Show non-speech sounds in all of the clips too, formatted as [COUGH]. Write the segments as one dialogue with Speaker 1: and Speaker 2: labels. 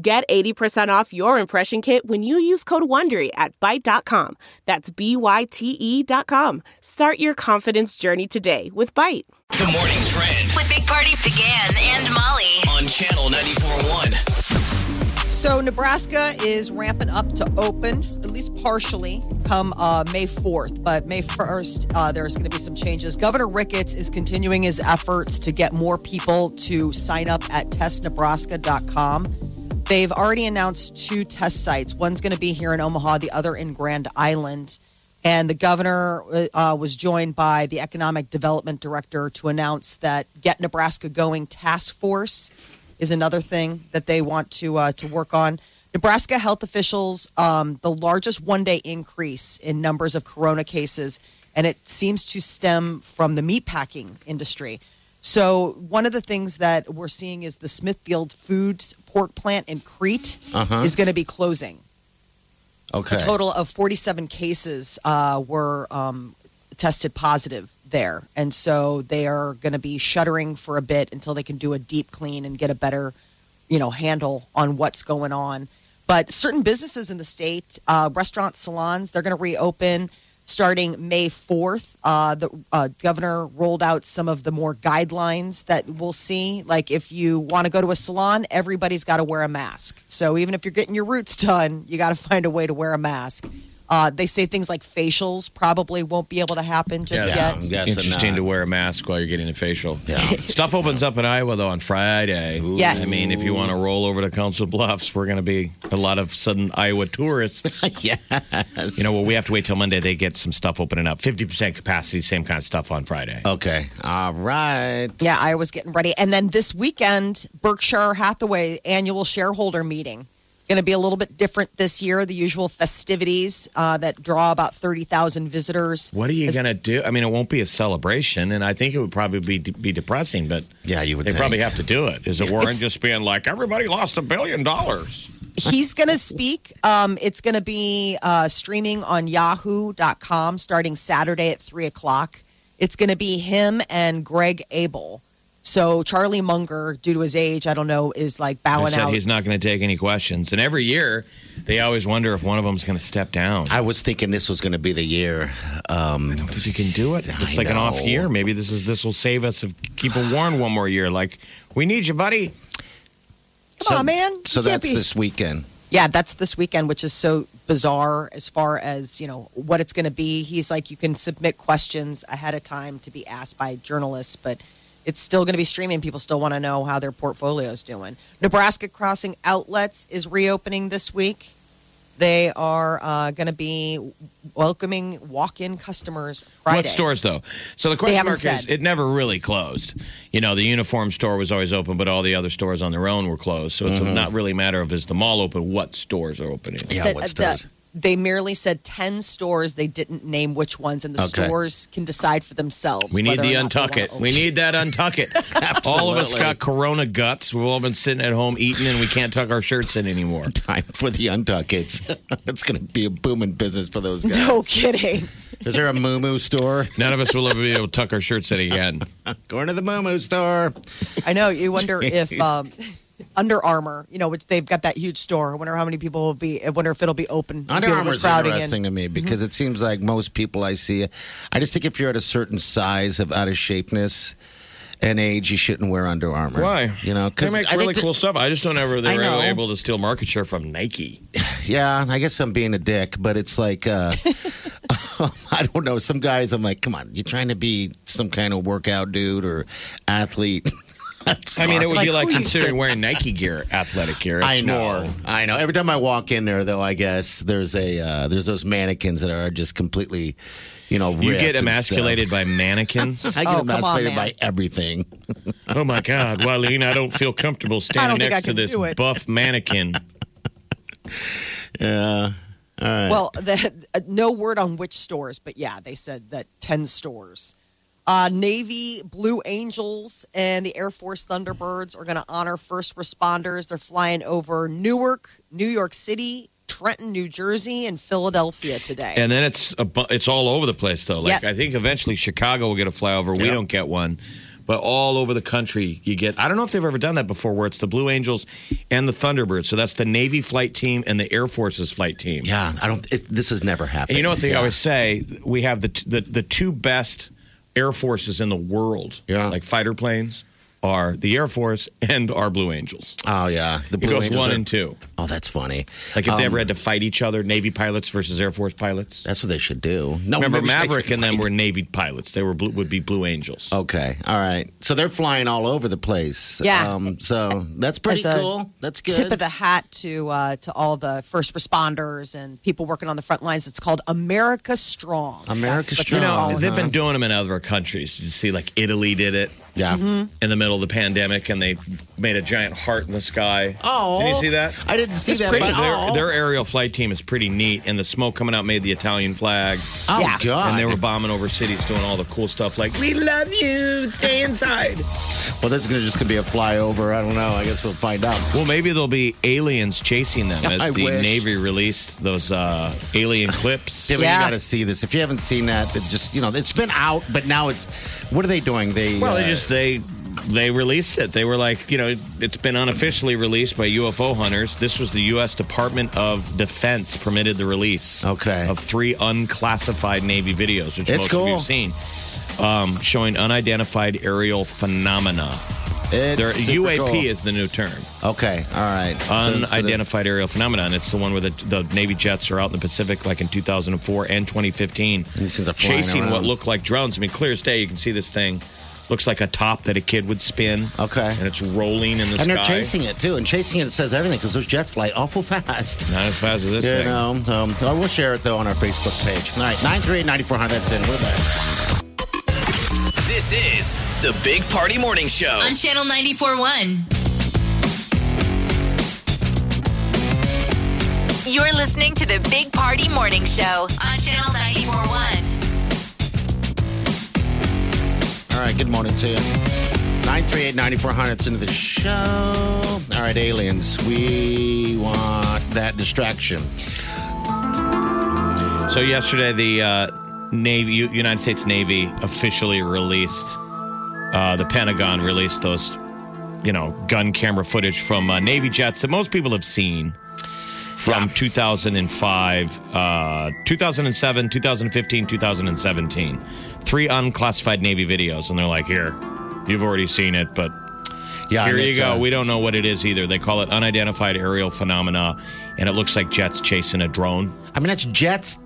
Speaker 1: Get 80% off your impression kit when you use code WONDERY at Byte.com. That's B-Y-T-E E dot com. Start your confidence journey today with Byte.
Speaker 2: Good morning, Trend
Speaker 3: With Big Party began and Molly.
Speaker 2: on Channel 94.1.
Speaker 4: So Nebraska is ramping up to open, at least partially, come uh, May 4th. But May 1st, uh, there's going to be some changes. Governor Ricketts is continuing his efforts to get more people to sign up at testnebraska.com. They've already announced two test sites. One's going to be here in Omaha, the other in Grand Island. And the governor uh, was joined by the economic development director to announce that Get Nebraska Going Task Force is another thing that they want to uh, to work on. Nebraska health officials, um, the largest one day increase in numbers of corona cases, and it seems to stem from the meatpacking industry. So, one of the things that we're seeing is the Smithfield Foods pork plant in Crete is going to be closing.
Speaker 5: Okay.
Speaker 4: A total of 47 cases uh, were um, tested positive there. And so they are going to be shuttering for a bit until they can do a deep clean and get a better, you know, handle on what's going on. But certain businesses in the state, uh, restaurants, salons, they're going to reopen starting May 4th. Uh, the uh, governor rolled out some of the more guidelines that we'll see. Like if you want to go to a salon, everybody's got to wear a mask. So even if you're getting your roots done, you got to find a way to wear a mask. Uh, they say things like facials probably won't be able to happen just
Speaker 5: Yeah,
Speaker 4: yet.
Speaker 5: I'm guessing
Speaker 6: Interesting
Speaker 5: not.
Speaker 6: to wear a mask while you're getting a facial.
Speaker 5: Yeah. [LAUGHS]
Speaker 6: Stuff opens up in Iowa though on Friday.
Speaker 4: Yes.
Speaker 6: I mean, if you want to roll over to Council Bluffs, we're going to be a lot of sudden
Speaker 5: [LAUGHS]
Speaker 6: Iowa tourists.
Speaker 5: yes.
Speaker 6: you know, well, we have to wait till Monday. They get some stuff opening up. 50% capacity, same kind of stuff on Friday.
Speaker 5: Okay. All right.
Speaker 4: Yeah, I was getting ready. And then this weekend, Berkshire Hathaway annual shareholder meeting. Going to be a little bit different this year. The usual festivities uh, that draw about 30,000 visitors.
Speaker 6: What are you
Speaker 4: It's-
Speaker 6: going to do? I mean, it won't be a celebration, and I think it would probably be, be depressing, but
Speaker 5: Yeah, you would
Speaker 6: they
Speaker 5: think.
Speaker 6: probably have to do it. Is it Warren
Speaker 4: It's-
Speaker 6: just being like, everybody lost a billion dollars?
Speaker 4: He's going to speak. Um, it's going to be uh, streaming on yahoo.com starting Saturday at 3 o'clock. It's going to be him and Greg Abel. So Charlie Munger, due to his age, I don't know, is like
Speaker 6: I
Speaker 4: bowing
Speaker 6: said
Speaker 4: out.
Speaker 6: he's not going to take any questions. And every year, they always wonder if one of them's going to step down.
Speaker 5: I was thinking this was going to be the year. Um,
Speaker 6: If you can do it, it's
Speaker 5: I
Speaker 6: like an off
Speaker 5: know.
Speaker 6: year. Maybe this is this will save us if keep a Warren one more year. Like we need you, buddy.
Speaker 4: Come on, man.
Speaker 5: so
Speaker 4: You can't
Speaker 5: that's
Speaker 4: be-
Speaker 5: this weekend. [LAUGHS]
Speaker 4: yeah, that's this weekend, which is so bizarre as far as you know what it's going to be. He's like, you can submit questions ahead of time to be asked by journalists, but it's still going to be streaming. People still want to know how their portfolio is doing. Nebraska Crossing Outlets is reopening this week. They are uh, going to be welcoming walk-in customers Friday.
Speaker 6: What stores though? So the question
Speaker 4: haven't
Speaker 6: mark is,
Speaker 4: said.
Speaker 6: it never really closed. You know, the uniform store was always open, but all the other stores on their own were closed. So it's not really a matter of is the mall open, what stores are opening.
Speaker 5: Yeah,
Speaker 4: said
Speaker 5: what
Speaker 4: that
Speaker 5: stores?
Speaker 4: they merely said 10 stores. They didn't name which ones, and the
Speaker 5: Okay.
Speaker 4: stores can decide for themselves.
Speaker 6: We need
Speaker 4: whether
Speaker 6: the
Speaker 4: or not they
Speaker 6: untuck
Speaker 4: wanna
Speaker 6: it.
Speaker 4: open.
Speaker 6: We need that untuck
Speaker 4: [LAUGHS]
Speaker 6: it. all of us
Speaker 5: Absolutely.
Speaker 6: got corona guts. We've all been sitting at home eating, and we can't tuck our shirts in anymore.
Speaker 5: Time for the untuck. It's [LAUGHS] it's going to be a booming business for those guys.
Speaker 4: No kidding.
Speaker 5: Is there a Moo Moo store? [LAUGHS]
Speaker 6: None of us will ever be able to tuck our shirts in again.
Speaker 5: Going to the Moo Moo store.
Speaker 4: I know. You [LAUGHS] wonder if um, Under Armour, you know, which they've got that huge store. I wonder how many people will be. I wonder if it'll be open.
Speaker 5: Under
Speaker 4: people
Speaker 5: Armour is
Speaker 4: crowding
Speaker 5: interesting to
Speaker 6: Mm-hmm.
Speaker 5: me because it seems like most people I see, I just think if you're at a certain size of out of shapeness and age, you shouldn't wear Under Armour.
Speaker 6: Why?
Speaker 5: You know,
Speaker 6: they
Speaker 5: because
Speaker 6: make really cool stuff. I just don't ever they
Speaker 5: I
Speaker 6: were
Speaker 5: know.
Speaker 6: able to steal market share from Nike.
Speaker 5: Yeah, I guess I'm being a dick, but it's like
Speaker 4: [LAUGHS]
Speaker 5: uh, um, I don't know. Some guys, I'm like, come on, you trying to be some kind of workout dude or athlete? [LAUGHS] I'm
Speaker 6: I mean,
Speaker 5: sorry.
Speaker 6: it would be
Speaker 4: Like,
Speaker 6: like
Speaker 4: who you-
Speaker 6: considering wearing Nike gear, athletic gear. It's
Speaker 5: I know,
Speaker 6: more-
Speaker 5: I know. Every time I walk in there, though, I guess there's a uh, there's those mannequins that are just completely, you know,
Speaker 6: You
Speaker 5: ripped
Speaker 6: get
Speaker 5: and
Speaker 6: emasculated by
Speaker 5: stuff.
Speaker 6: mannequins. [LAUGHS]
Speaker 5: I get
Speaker 4: Oh, come on,
Speaker 5: emasculated
Speaker 4: man.
Speaker 5: by everything.
Speaker 6: oh my God, Wileen, I don't feel comfortable
Speaker 4: I
Speaker 6: standing
Speaker 4: don't think I
Speaker 6: next to
Speaker 4: can
Speaker 6: this
Speaker 4: do it.
Speaker 6: buff mannequin.
Speaker 5: Yeah. All right.
Speaker 4: Well, the, uh, no word on which stores, but yeah, they said that 10 stores. Uh, Navy Blue Angels and the Air Force Thunderbirds are going to honor first responders. They're flying over Newark, New York City, Trenton, New Jersey, and Philadelphia today.
Speaker 6: [LAUGHS] And then it's a bu- it's all over the place though. Like
Speaker 4: Yeah.
Speaker 6: I think eventually Chicago will get a flyover. We don't get one, but all over the country you get. I don't know if they've ever done that before, where it's the Blue Angels and the Thunderbirds. So that's the Navy flight team and the Air Force's flight team.
Speaker 5: yeah. I don't. It, this has never happened.
Speaker 6: And you know what they
Speaker 5: yeah.
Speaker 6: always say? We have the, the the two best air forces in the world.
Speaker 5: Yeah.
Speaker 6: like fighter planes are the Air Force and our Blue Angels.
Speaker 5: Oh yeah. The
Speaker 6: It
Speaker 5: Blue
Speaker 6: goes
Speaker 5: Angels
Speaker 6: one
Speaker 5: are- um,
Speaker 6: and two.
Speaker 5: Oh, that's funny.
Speaker 6: Like if they ever had to fight each other, Navy pilots versus Air Force pilots.
Speaker 5: That's what they should do. No,
Speaker 6: Remember,
Speaker 5: maybe they should
Speaker 6: Maverick and them
Speaker 5: fight. Oh,
Speaker 6: were Navy pilots. They were blue, would be Blue Angels.
Speaker 5: Okay. All right. So they're flying all over the place.
Speaker 4: Yeah.
Speaker 5: Um, so that's pretty
Speaker 4: As a
Speaker 5: cool. That's good.
Speaker 4: Tip of the hat to uh, to all the first responders and people working on the front lines. It's called America Strong.
Speaker 5: America
Speaker 4: That's what
Speaker 5: Strong.
Speaker 6: You
Speaker 4: they're
Speaker 6: know,
Speaker 4: calling
Speaker 6: they've
Speaker 4: it.
Speaker 6: been doing them in other countries. You see, like Italy did it
Speaker 5: yeah.
Speaker 4: Mm-hmm.
Speaker 6: in the middle of the pandemic, and they made a giant heart in the sky.
Speaker 5: Oh.
Speaker 6: did you see that?
Speaker 5: I didn't see
Speaker 4: It's
Speaker 5: that.
Speaker 4: pretty.
Speaker 5: But,
Speaker 6: Their,
Speaker 5: oh,
Speaker 6: their aerial flight team is pretty neat, and the smoke coming out made the Italian flag.
Speaker 5: oh
Speaker 4: Yeah.
Speaker 5: God.
Speaker 6: And they were bombing over cities, doing all the cool stuff like "We love you, stay inside."
Speaker 5: well, this is gonna just gonna be a flyover. I don't know. I guess we'll find out.
Speaker 6: Well, maybe there'll be aliens chasing them as
Speaker 5: [LAUGHS] I
Speaker 6: the
Speaker 5: wish.
Speaker 6: Navy released those uh, alien clips.
Speaker 5: Yeah, but
Speaker 4: Yeah.
Speaker 5: you got to see this. If you haven't seen that, it just you know, it's been out, but now it's. What are they doing? They
Speaker 6: Well,
Speaker 5: uh,
Speaker 6: they just they they released it. They were like, you know, it's been unofficially released by UFO hunters. This was the U.S. Department of Defense permitted the release.
Speaker 5: Okay.
Speaker 6: Of three unclassified Navy videos, which
Speaker 5: It's
Speaker 6: most of
Speaker 5: cool.
Speaker 6: you've seen, um, showing unidentified aerial phenomena.
Speaker 5: it's
Speaker 6: Their
Speaker 5: super
Speaker 6: UAP
Speaker 5: cool.
Speaker 6: is the new term,
Speaker 5: okay. All right, So instead of-
Speaker 6: unidentified aerial phenomena, and it's the one where the, the Navy jets are out in the Pacific, like in 2004 and 2015,
Speaker 5: These things are flying
Speaker 6: chasing what
Speaker 5: around.
Speaker 6: looked like drones. I mean, clear as day, you can see this thing. Looks like a top that a kid would spin.
Speaker 5: Okay.
Speaker 6: And it's rolling in the sky.
Speaker 5: and they're chasing it too, and chasing it says everything because those jets fly awful [LAUGHS] fast.
Speaker 6: Not as fast as this
Speaker 5: You
Speaker 6: thing.
Speaker 5: know, um, I will share it though on our Facebook page. All right, nine three eight ninety four hundred. That's in. We're back.
Speaker 2: This is the Big Party Morning Show.
Speaker 3: on Channel 94.1. You're listening to the Big Party Morning Show on Channel 94.1.
Speaker 5: All right, good morning to you. 938 9400 It's into the show. All right, aliens, we want that distraction.
Speaker 6: So yesterday, the uh, Navy, U- United States Navy, officially released. Uh, the Pentagon released those, you know, gun camera footage from uh, Navy jets that most people have seen from 2005, uh, 2007, 2015, 2017. Three unclassified Navy videos, and they're like, "Here, you've already seen it, but
Speaker 5: Yeah,
Speaker 6: here
Speaker 5: and
Speaker 6: you
Speaker 5: it's,
Speaker 6: go.
Speaker 5: uh,
Speaker 6: we don't know what it is either. They call it unidentified aerial phenomena, and it looks like jets chasing a drone."
Speaker 5: I mean, that's jets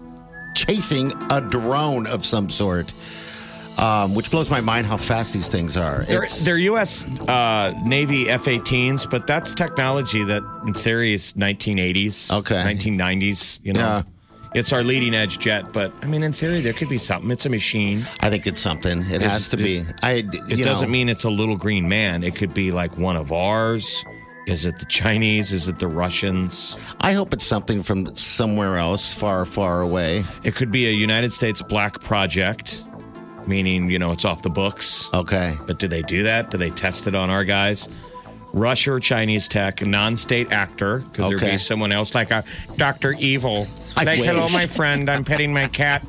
Speaker 5: chasing a drone of some sort, um, which blows my mind how fast these things are.
Speaker 6: They're,
Speaker 5: It's-
Speaker 6: they're U.S. Uh, Navy F-18s, but that's technology that, in theory, is 1980s,
Speaker 5: Okay.
Speaker 6: 1990s. You know,
Speaker 5: Yeah.
Speaker 6: it's our leading edge jet, but I mean, in theory, there could be something. It's a machine.
Speaker 5: I think it's something. It has to be. I,
Speaker 6: It doesn't mean it's a little green man. It could be like one of ours. Is it the Chinese? Is it the Russians?
Speaker 5: I hope it's something from somewhere else, far, far away.
Speaker 6: It could be a United States black project, meaning you know it's off the books.
Speaker 5: Okay.
Speaker 6: But do they do that? Do they test it on our guys? Russia or Chinese tech, non state actor. Could there
Speaker 5: Okay.
Speaker 6: be someone else like a Dr. Evil?
Speaker 5: I
Speaker 6: like,
Speaker 5: wish.
Speaker 6: hello, my friend, I'm petting my cat.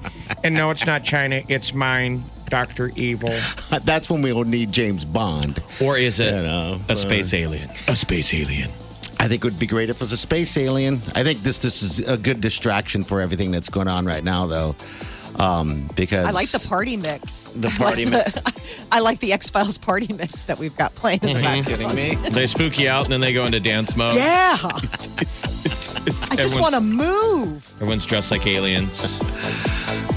Speaker 6: And no, it's not China, it's mine, Dr. Evil.
Speaker 5: Uh, That's when we'll need James Bond.
Speaker 6: Or is it
Speaker 5: You know, uh,
Speaker 6: a space alien? A space alien.
Speaker 5: I think it would be great if it was a space alien. I think this this is a good distraction for everything that's going on right now, though, um, because
Speaker 4: I like the party mix. [LAUGHS]
Speaker 5: The party mix.
Speaker 4: I like the X Files party mix that we've got playing in the
Speaker 5: Are you
Speaker 4: background.
Speaker 5: kidding me?
Speaker 6: They spook you out and then they go into dance mode.
Speaker 5: [LAUGHS]
Speaker 4: Yeah, I just
Speaker 6: Everyone's-
Speaker 4: want to move.
Speaker 6: Everyone's dressed like aliens.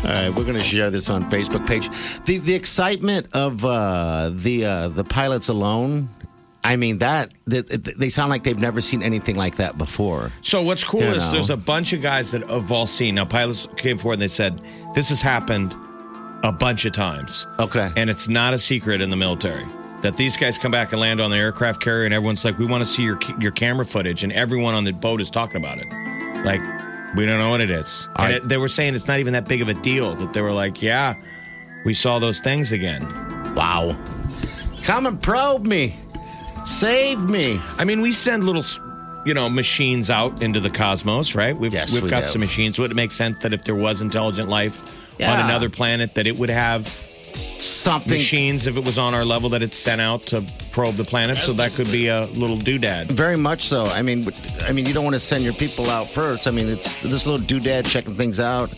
Speaker 5: All right, we're going to share this on Facebook page. The the excitement of uh, the uh, the pilots alone. I mean that that- they sound like they've never seen anything like that before.
Speaker 6: So what's cool
Speaker 5: You
Speaker 6: is
Speaker 5: know.
Speaker 6: there's a bunch of guys that have all seen. Now pilots came forward and they said this has happened a bunch of times,
Speaker 5: Okay,
Speaker 6: and it's not a secret in the military that these guys come back and land on the aircraft carrier, and everyone's like, "We want to see your your camera footage," and everyone on the boat is talking about it. Like, we don't know what it is.
Speaker 5: All
Speaker 6: and
Speaker 5: right.
Speaker 6: it, they were saying it's not even that big of a deal that they were like, yeah, we saw those things again.
Speaker 5: Wow. Come and probe me. Save me.
Speaker 6: I mean, we send little, you know, machines out into the cosmos, right? We've,
Speaker 5: Yes,
Speaker 6: we've
Speaker 5: we
Speaker 6: got
Speaker 5: do.
Speaker 6: some machines. Would it make sense that if there was intelligent life on
Speaker 5: Yeah.
Speaker 6: another planet, that it would have
Speaker 5: Something.
Speaker 6: machines if it was on our level that it's sent out to probe the planet? So that could be a little doodad.
Speaker 5: Very much so. I mean, w- I mean, you don't want to send your people out first. I mean, it's this little doodad checking things out,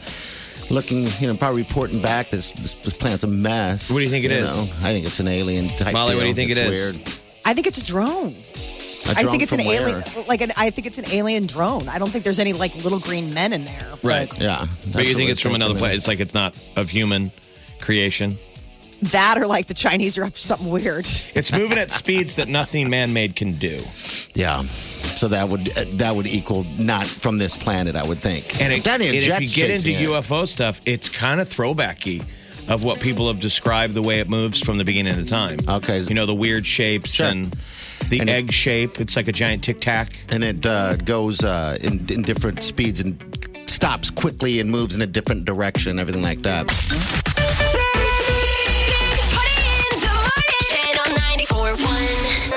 Speaker 5: looking, you know, probably reporting back. This this, this planet's a mess.
Speaker 6: What do you think it
Speaker 5: it is?
Speaker 6: is?
Speaker 5: I think it's an alien type.
Speaker 6: Molly, what do you
Speaker 5: deal.
Speaker 6: think it
Speaker 5: It's
Speaker 6: is?
Speaker 5: Weird.
Speaker 4: I think it's a drone.
Speaker 5: A
Speaker 4: I
Speaker 5: drone
Speaker 4: think it's an
Speaker 5: from where?
Speaker 4: alien. Like an, I think it's an alien drone. I don't think there's any like little green men in there.
Speaker 6: Right.
Speaker 5: Yeah,
Speaker 6: But
Speaker 5: that's
Speaker 6: you think
Speaker 5: what
Speaker 6: it's from
Speaker 5: we're
Speaker 6: another
Speaker 5: thinking.
Speaker 6: planet? It's like it's not of human creation.
Speaker 4: That or like the Chinese are up to something weird. [LAUGHS]
Speaker 6: It's moving at speeds that nothing man-made can do,
Speaker 5: Yeah. So that would uh, that would equal not from this planet, I would think.
Speaker 6: and, it,
Speaker 5: That
Speaker 6: and
Speaker 5: ain't
Speaker 6: if
Speaker 5: jets
Speaker 6: you get into
Speaker 5: chasing it.
Speaker 6: UFO stuff, it's kind of throwbacky of what people have described the way it moves from the beginning of time.
Speaker 5: Okay.
Speaker 6: you know the weird shapes
Speaker 5: Sure.
Speaker 6: and the
Speaker 5: And it-
Speaker 6: egg shape. It's like a giant tic tac.
Speaker 5: and it uh, goes uh, in, in different speeds and stops quickly and moves in a different direction, everything like that.
Speaker 3: Big Party in the morning. Channel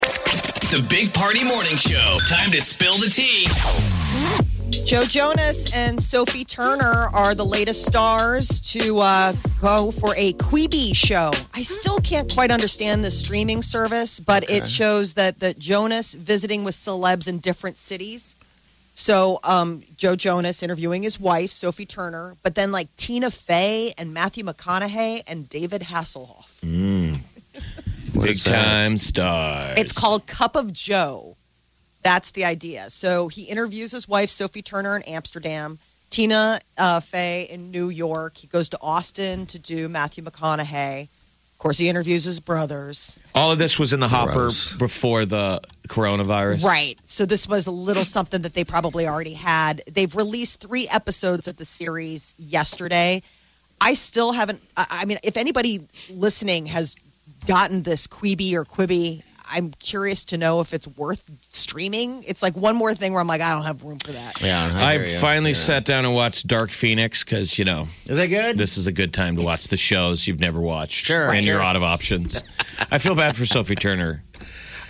Speaker 2: The Big Party Morning Show. Time to spill the tea.
Speaker 4: Joe Jonas and Sophie Turner are the latest stars to uh, go for a Queeby show. I still can't quite understand the streaming service, but it shows that that Jonas visiting with celebs in different cities. So um, Joe Jonas interviewing his wife Sophie Turner, but then like Tina Fey and Matthew McConaughey and David Hasselhoff.
Speaker 5: What
Speaker 6: Big
Speaker 5: is that?
Speaker 6: time stars.
Speaker 4: It's called Cup of Joe. That's the idea. So he interviews his wife, Sophie Turner, in Amsterdam, Tina uh, Fey in New York. He goes to Austin to do Matthew McConaughey. Of course, he interviews his brothers.
Speaker 6: All of this was in the hopper
Speaker 5: Gross.
Speaker 6: before the coronavirus.
Speaker 4: Right. So this was a little something that they probably already had. They've released three episodes of the series yesterday. I still haven't. I, I mean, if anybody listening has gotten this Quibi or Quibi, I'm curious to know if it's worth streaming. It's like one more thing where I'm like, I don't have room for that.
Speaker 5: Yeah,
Speaker 6: I,
Speaker 5: hear ya.
Speaker 6: finally
Speaker 5: Yeah.
Speaker 6: sat down and watched Dark Phoenix because, you know,
Speaker 5: Is that good?
Speaker 6: this is a good time to watch the shows you've never watched.
Speaker 5: Sure,
Speaker 6: And you're
Speaker 5: sure.
Speaker 6: out of options. I feel bad for Sophie Turner.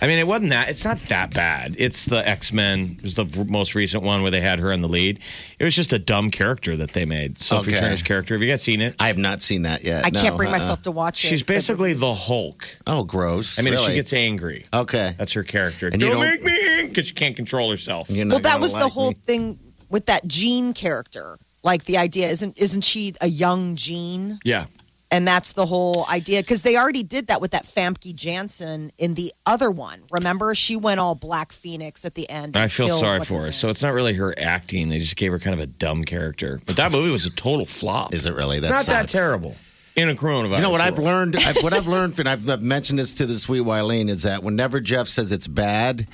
Speaker 6: I mean, it wasn't that. It's not that bad. It's the X Men. It was the most recent one where they had her in the lead. It was just a dumb character that they made. Sophie
Speaker 5: Okay.
Speaker 6: Turner's character. Have you guys seen it?
Speaker 5: I have not seen that yet.
Speaker 4: I can't
Speaker 5: No,
Speaker 4: bring
Speaker 5: uh-uh.
Speaker 4: myself to watch it.
Speaker 6: She's basically the Hulk.
Speaker 5: Oh, gross.
Speaker 6: I mean,
Speaker 5: really?
Speaker 6: she gets angry.
Speaker 5: Okay.
Speaker 6: That's her character.
Speaker 5: And you
Speaker 6: don't,
Speaker 5: don't-
Speaker 6: make me angry because she can't control herself.
Speaker 5: You're
Speaker 4: well,
Speaker 5: not
Speaker 4: that
Speaker 5: gonna
Speaker 4: was the
Speaker 5: like
Speaker 4: whole
Speaker 5: me.
Speaker 4: thing with that Jean character. Like the idea isn't isn't she a young Jean?
Speaker 6: Yeah.
Speaker 4: And that's the whole idea because they already did that with that Famke Janssen in the other one. Remember, she went all Black Phoenix at the end.
Speaker 6: I
Speaker 4: and
Speaker 6: feel
Speaker 4: killed-
Speaker 6: sorry
Speaker 4: what's
Speaker 6: for her.
Speaker 4: his
Speaker 6: So
Speaker 4: name.
Speaker 6: it's not really her acting. They just gave her kind of a dumb character. But that movie was a total flop.
Speaker 5: Is it really?
Speaker 6: It's
Speaker 5: That
Speaker 6: not that
Speaker 5: sucks.
Speaker 6: terrible. In a coronavirus.
Speaker 5: You know what I've
Speaker 6: world.
Speaker 5: learned? I've, what I've learned, and I've, I've mentioned this to the sweet Wileen, is that whenever Jeff says it's bad,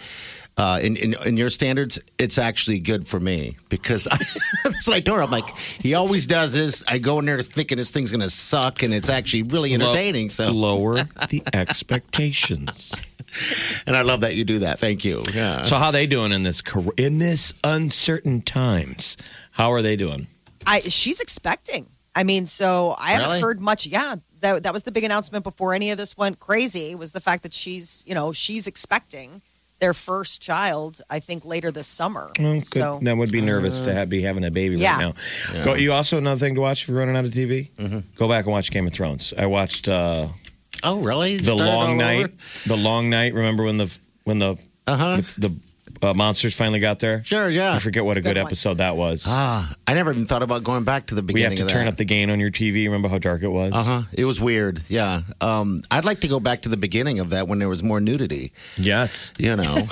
Speaker 5: uh, in, in in your standards, it's actually good for me because [LAUGHS] I, it's like Nora. I'm like he always does this. I go in there thinking this thing's gonna suck, and it's actually really entertaining. So,
Speaker 6: lower the [LAUGHS] expectations.
Speaker 5: and I love that you do that. Thank you. Yeah.
Speaker 6: So how they doing in this cor- in this uncertain times? How are they doing?
Speaker 4: I, she's expecting. I mean, so I haven't
Speaker 5: Really?
Speaker 4: heard much. Yeah, that that was the big announcement before any of this went crazy. Was the fact that she's you know she's expecting. their first child, I think, later this summer.
Speaker 6: Well,
Speaker 4: Mm, So
Speaker 6: Mm,
Speaker 4: uh,
Speaker 6: good. that would be nervous to have, be having a baby
Speaker 4: Yeah.
Speaker 6: right now. Go, you also another thing to watch if you're running out of TV. Go back and watch Game of Thrones. I watched uh,
Speaker 5: Oh, really?
Speaker 6: the long night. The long night. Remember when the when the
Speaker 5: Uh huh.
Speaker 6: the uh, monsters finally got there?
Speaker 5: Sure. Yeah.
Speaker 6: I forget what a good,
Speaker 4: good one.
Speaker 6: episode that was.
Speaker 5: Ah, I never even thought about going back to the
Speaker 6: we
Speaker 5: beginning.
Speaker 6: have to
Speaker 5: of
Speaker 6: turn
Speaker 5: that.
Speaker 6: up the gain on your TV. Remember how dark it was?
Speaker 5: Uh huh. It was weird. Yeah. Um, I'd like to go back to the beginning of that when there was more nudity.
Speaker 4: [LAUGHS]
Speaker 6: Yes.
Speaker 5: You know.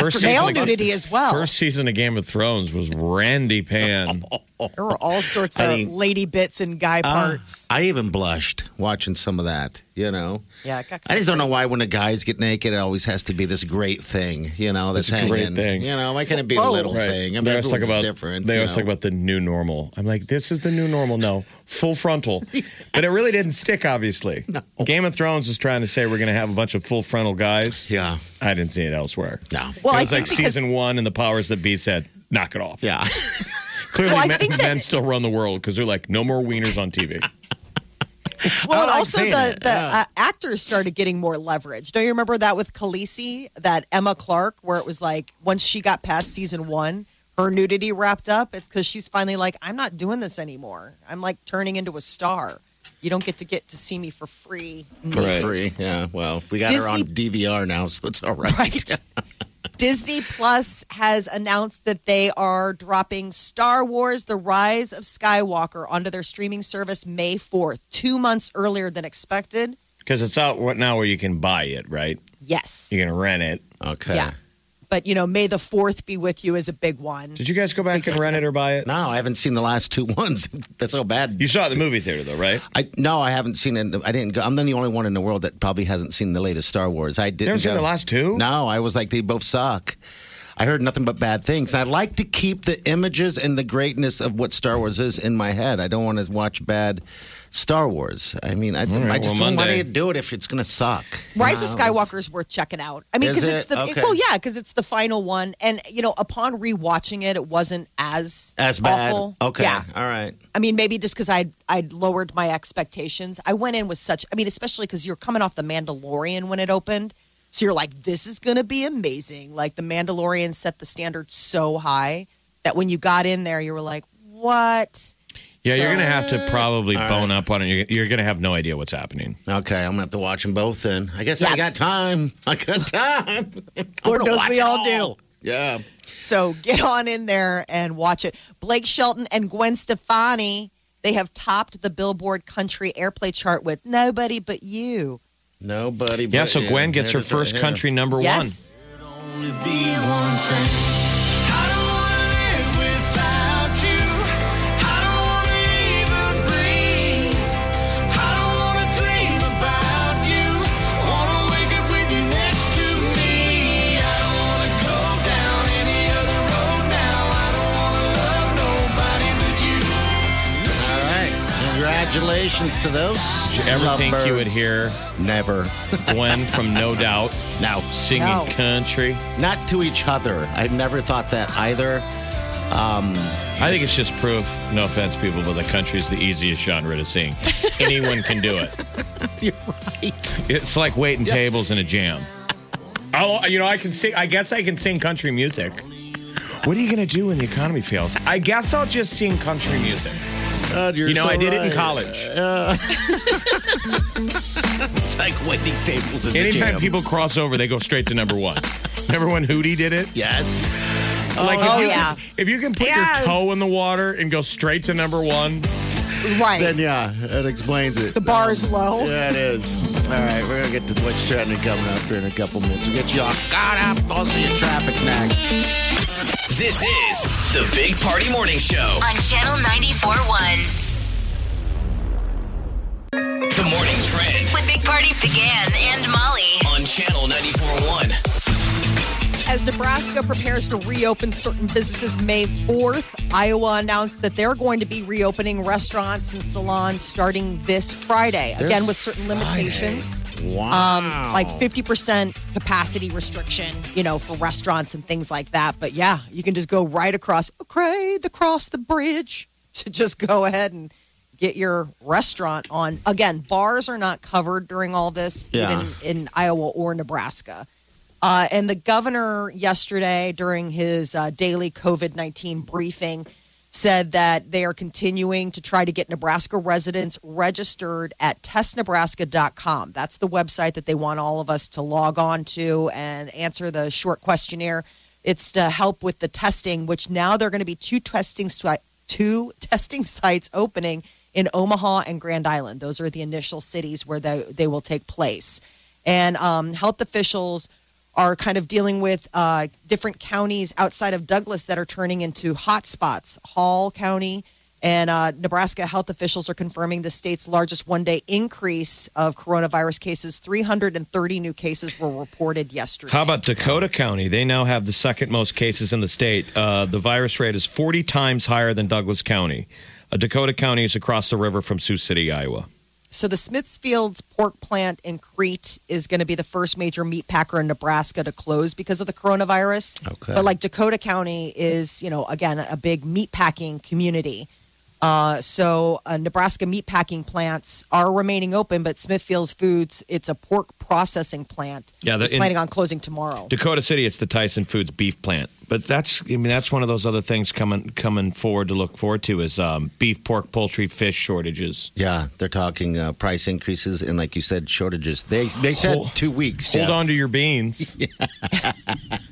Speaker 6: First
Speaker 4: male
Speaker 6: of-
Speaker 4: nudity as well.
Speaker 6: First season of Game of Thrones was
Speaker 5: [LAUGHS]
Speaker 6: Randy Pan.
Speaker 4: there were all sorts of
Speaker 5: think-
Speaker 4: lady bits and guy
Speaker 6: uh,
Speaker 4: parts.
Speaker 5: [LAUGHS] I even blushed watching some of that. You know.
Speaker 4: yeah, it got
Speaker 5: I just don't know
Speaker 4: crazy.
Speaker 5: why when the guys get naked, it always has to be this great thing. You know, this
Speaker 6: It's a
Speaker 5: hanging.
Speaker 6: great thing.
Speaker 5: You know, why can't it be a little thing? I mean,
Speaker 6: they always talk
Speaker 5: everyone's
Speaker 6: about
Speaker 5: different.
Speaker 6: they
Speaker 5: you
Speaker 6: always
Speaker 5: know.
Speaker 6: talk about the new normal. I'm like, this is the new normal. No,
Speaker 5: [LAUGHS]
Speaker 6: full frontal, but it really didn't stick. Obviously, Game of Thrones was trying to say we're going to have a bunch of full frontal guys.
Speaker 5: Yeah.
Speaker 6: I didn't see it elsewhere.
Speaker 5: No.
Speaker 4: Well,
Speaker 6: it
Speaker 4: I
Speaker 6: was like
Speaker 4: think because-
Speaker 6: season one, and the powers that be said, knock it off.
Speaker 5: Yeah. [LAUGHS]
Speaker 6: Clearly,
Speaker 4: Well, I
Speaker 6: men,
Speaker 4: think that-
Speaker 6: men still run the world because they're like, no more wieners on TV.
Speaker 4: Well, and
Speaker 5: like
Speaker 4: also the,
Speaker 5: seeing
Speaker 4: the
Speaker 5: it,
Speaker 4: uh, actors started getting more leverage. Don't you remember that with Khaleesi, that Emma Clark, where it was like once she got past season one, her nudity wrapped up. It's because she's finally like, I'm not doing this anymore. I'm like turning into a star. You don't get to get to see me for free.
Speaker 5: For free. Yeah. Well, we got her on DVR now, so it's all right.
Speaker 4: Right. [LAUGHS] Disney Plus has announced that they are dropping Star Wars The Rise of Skywalker onto their streaming service May 4th, two months earlier than expected.
Speaker 6: Because it's out right now where you can buy it, right?
Speaker 4: Yes.
Speaker 6: You can rent it.
Speaker 5: Okay.
Speaker 4: Yeah. But, you know, May the 4th be with you is a big one.
Speaker 6: Did you guys go back and rent it or buy it?
Speaker 5: No, I haven't seen the last two [LAUGHS] ones. That's how bad.
Speaker 6: You saw it at the movie theater, though, right?
Speaker 5: I no, I haven't seen it. I didn't go. I'm the only one in the world that probably hasn't seen the latest Star Wars. I didn't.
Speaker 6: You haven't seen
Speaker 5: go-
Speaker 6: the last two?
Speaker 5: No, I was like they both suck. I heard nothing but bad things. And I like to keep the images and the greatness of what Star Wars is in my head. I don't want to watch bad Star Wars. I mean, I, I
Speaker 6: right,
Speaker 5: just
Speaker 6: well,
Speaker 5: don't want
Speaker 6: Monday.
Speaker 5: to do it if it's going to suck.
Speaker 4: Rise
Speaker 5: You
Speaker 4: of
Speaker 5: know,
Speaker 4: Skywalker is worth checking out. I mean,
Speaker 5: Is
Speaker 4: because it's
Speaker 5: it?
Speaker 4: the
Speaker 5: Okay.
Speaker 4: well, yeah, because it's the final one, and you know, upon rewatching it, it wasn't as
Speaker 5: As bad.
Speaker 4: awful.
Speaker 5: Okay.
Speaker 4: yeah.
Speaker 5: All right.
Speaker 4: I mean, maybe just because I'd I'd lowered my expectations. I went in with such. I mean, especially because you're coming off the Mandalorian when it opened, so you're like, this is gonna be amazing. Like the Mandalorian set the standard so high that when you got in there, you were like, what?
Speaker 6: Yeah, you're
Speaker 4: So-
Speaker 6: going to have to probably bone up on it. You're, you're going to have no idea what's happening.
Speaker 5: Okay. I'm going to have to watch them both then. I guess I
Speaker 4: Yeah.
Speaker 5: got time. [LAUGHS] I got time. I'm
Speaker 4: Lord
Speaker 5: gonna
Speaker 4: knows
Speaker 5: watch
Speaker 4: we all
Speaker 5: it
Speaker 4: do.
Speaker 5: Yeah.
Speaker 4: So get on in there and watch it. Blake Shelton and Gwen Stefani, they have topped the Billboard Country Airplay chart with Nobody But You.
Speaker 5: Nobody.
Speaker 6: Yeah,
Speaker 5: but-
Speaker 6: so Gwen
Speaker 5: yeah,
Speaker 6: gets
Speaker 5: there
Speaker 6: her
Speaker 5: it is right
Speaker 6: first
Speaker 5: here.
Speaker 6: country number one.
Speaker 4: yes.
Speaker 2: I don't wanna live without you. I don't wanna even breathe. I don't wanna dream about you. Wanna wake up with you next to me. I don't wanna go down any other road now. I don't wanna love nobody but you.
Speaker 5: All right. Congratulations to those.
Speaker 6: Did you ever think you would
Speaker 5: lovebirds.
Speaker 6: hear
Speaker 5: Never. [LAUGHS]
Speaker 6: Gwen from No Doubt
Speaker 5: No.
Speaker 6: singing
Speaker 4: No.
Speaker 6: country?
Speaker 5: Not to each other. I've never thought that either. [LAUGHS]
Speaker 6: I think it's just proof, no offense, people, but the country's the easiest genre
Speaker 4: [LAUGHS]
Speaker 6: to sing. Anyone can do it.
Speaker 5: You're right.
Speaker 6: It's like waiting tables in a jam. Oh, you know, I can sing. I guess I can sing country music. What are you going to do when the economy fails? I guess I'll just sing country music.
Speaker 5: God, you're
Speaker 6: You know,
Speaker 5: so
Speaker 6: I did it in
Speaker 5: right.
Speaker 6: college.
Speaker 5: It's like waiting tables in the
Speaker 6: Anytime
Speaker 5: jam.
Speaker 6: people cross over, they go straight to number one. Remember when Hootie did it?
Speaker 5: Yes.
Speaker 6: Like,
Speaker 4: Oh,
Speaker 6: if you,
Speaker 4: yeah.
Speaker 6: If you can put
Speaker 5: Yeah.
Speaker 6: your toe in the water and go straight to number one,
Speaker 4: Right.
Speaker 5: Then yeah, that explains it.
Speaker 4: the bar is low.
Speaker 5: Yeah, it is. All right, we're gonna get to what's trending coming up here in a couple minutes. We'll get you all caught up. I'll see you traffic snack.
Speaker 2: This is the Big Party Morning Show.
Speaker 3: on Channel 94.1
Speaker 2: The morning trend
Speaker 3: with Big Party began and Molly.
Speaker 2: on Channel 94.1.
Speaker 4: As Nebraska prepares to reopen certain businesses May 4th, Iowa announced that they're going to be reopening restaurants and salons starting this Friday. Again, with certain limitations.
Speaker 5: Wow.
Speaker 4: Um, Like 50% capacity restriction, you know, for restaurants and things like that. But yeah, you can just go right across, okay, across the bridge [LAUGHS] to just go ahead and get your restaurant on. Again, bars are not covered during all this,
Speaker 5: Yeah.
Speaker 4: even in Iowa or Nebraska. Uh, and the governor yesterday during his uh, daily COVID 19 briefing said that they are continuing to try to get Nebraska residents registered at testnebraska.com. That's the website that they want all of us to log on to and answer the short questionnaire. It's to help with the testing, which now there are going to be two testing swi- two [LAUGHS] testing sites opening in Omaha and Grand Island. Those are the initial cities where they, they will take place. And um, health officials are kind of dealing with uh, different counties outside of Douglas that are turning into hot spots. Hall County and uh, Nebraska health officials are confirming the state's largest one day increase of coronavirus cases. 330 new cases were reported yesterday.
Speaker 6: How about Dakota County? They now have the second most cases in the state. Uh, the virus rate is 40 times higher than Douglas County. Uh, Dakota County is across the river from Sioux City, Iowa.
Speaker 4: So the Smithfield's pork plant in Crete is going to be the first major meat packer in Nebraska to close because of the coronavirus.
Speaker 5: Okay.
Speaker 4: But like Dakota County is, you know, again a big meat packing community. Uh, so uh, Nebraska meat packing plants are remaining open, but Smithfield's Foods, it's a pork processing plant.
Speaker 6: Yeah, the-
Speaker 4: that's
Speaker 6: in-
Speaker 4: planning on
Speaker 5: [LAUGHS]
Speaker 4: closing tomorrow.
Speaker 6: Dakota City, it's the Tyson Foods beef plant. But that's I mean that's one of those other things coming coming forward to look forward to is um, beef, pork, poultry, fish shortages.
Speaker 5: Yeah, they're talking uh, price increases and, like you said, shortages. They they said
Speaker 6: Hold-
Speaker 5: two weeks.
Speaker 6: Hold on to your [LAUGHS] beans.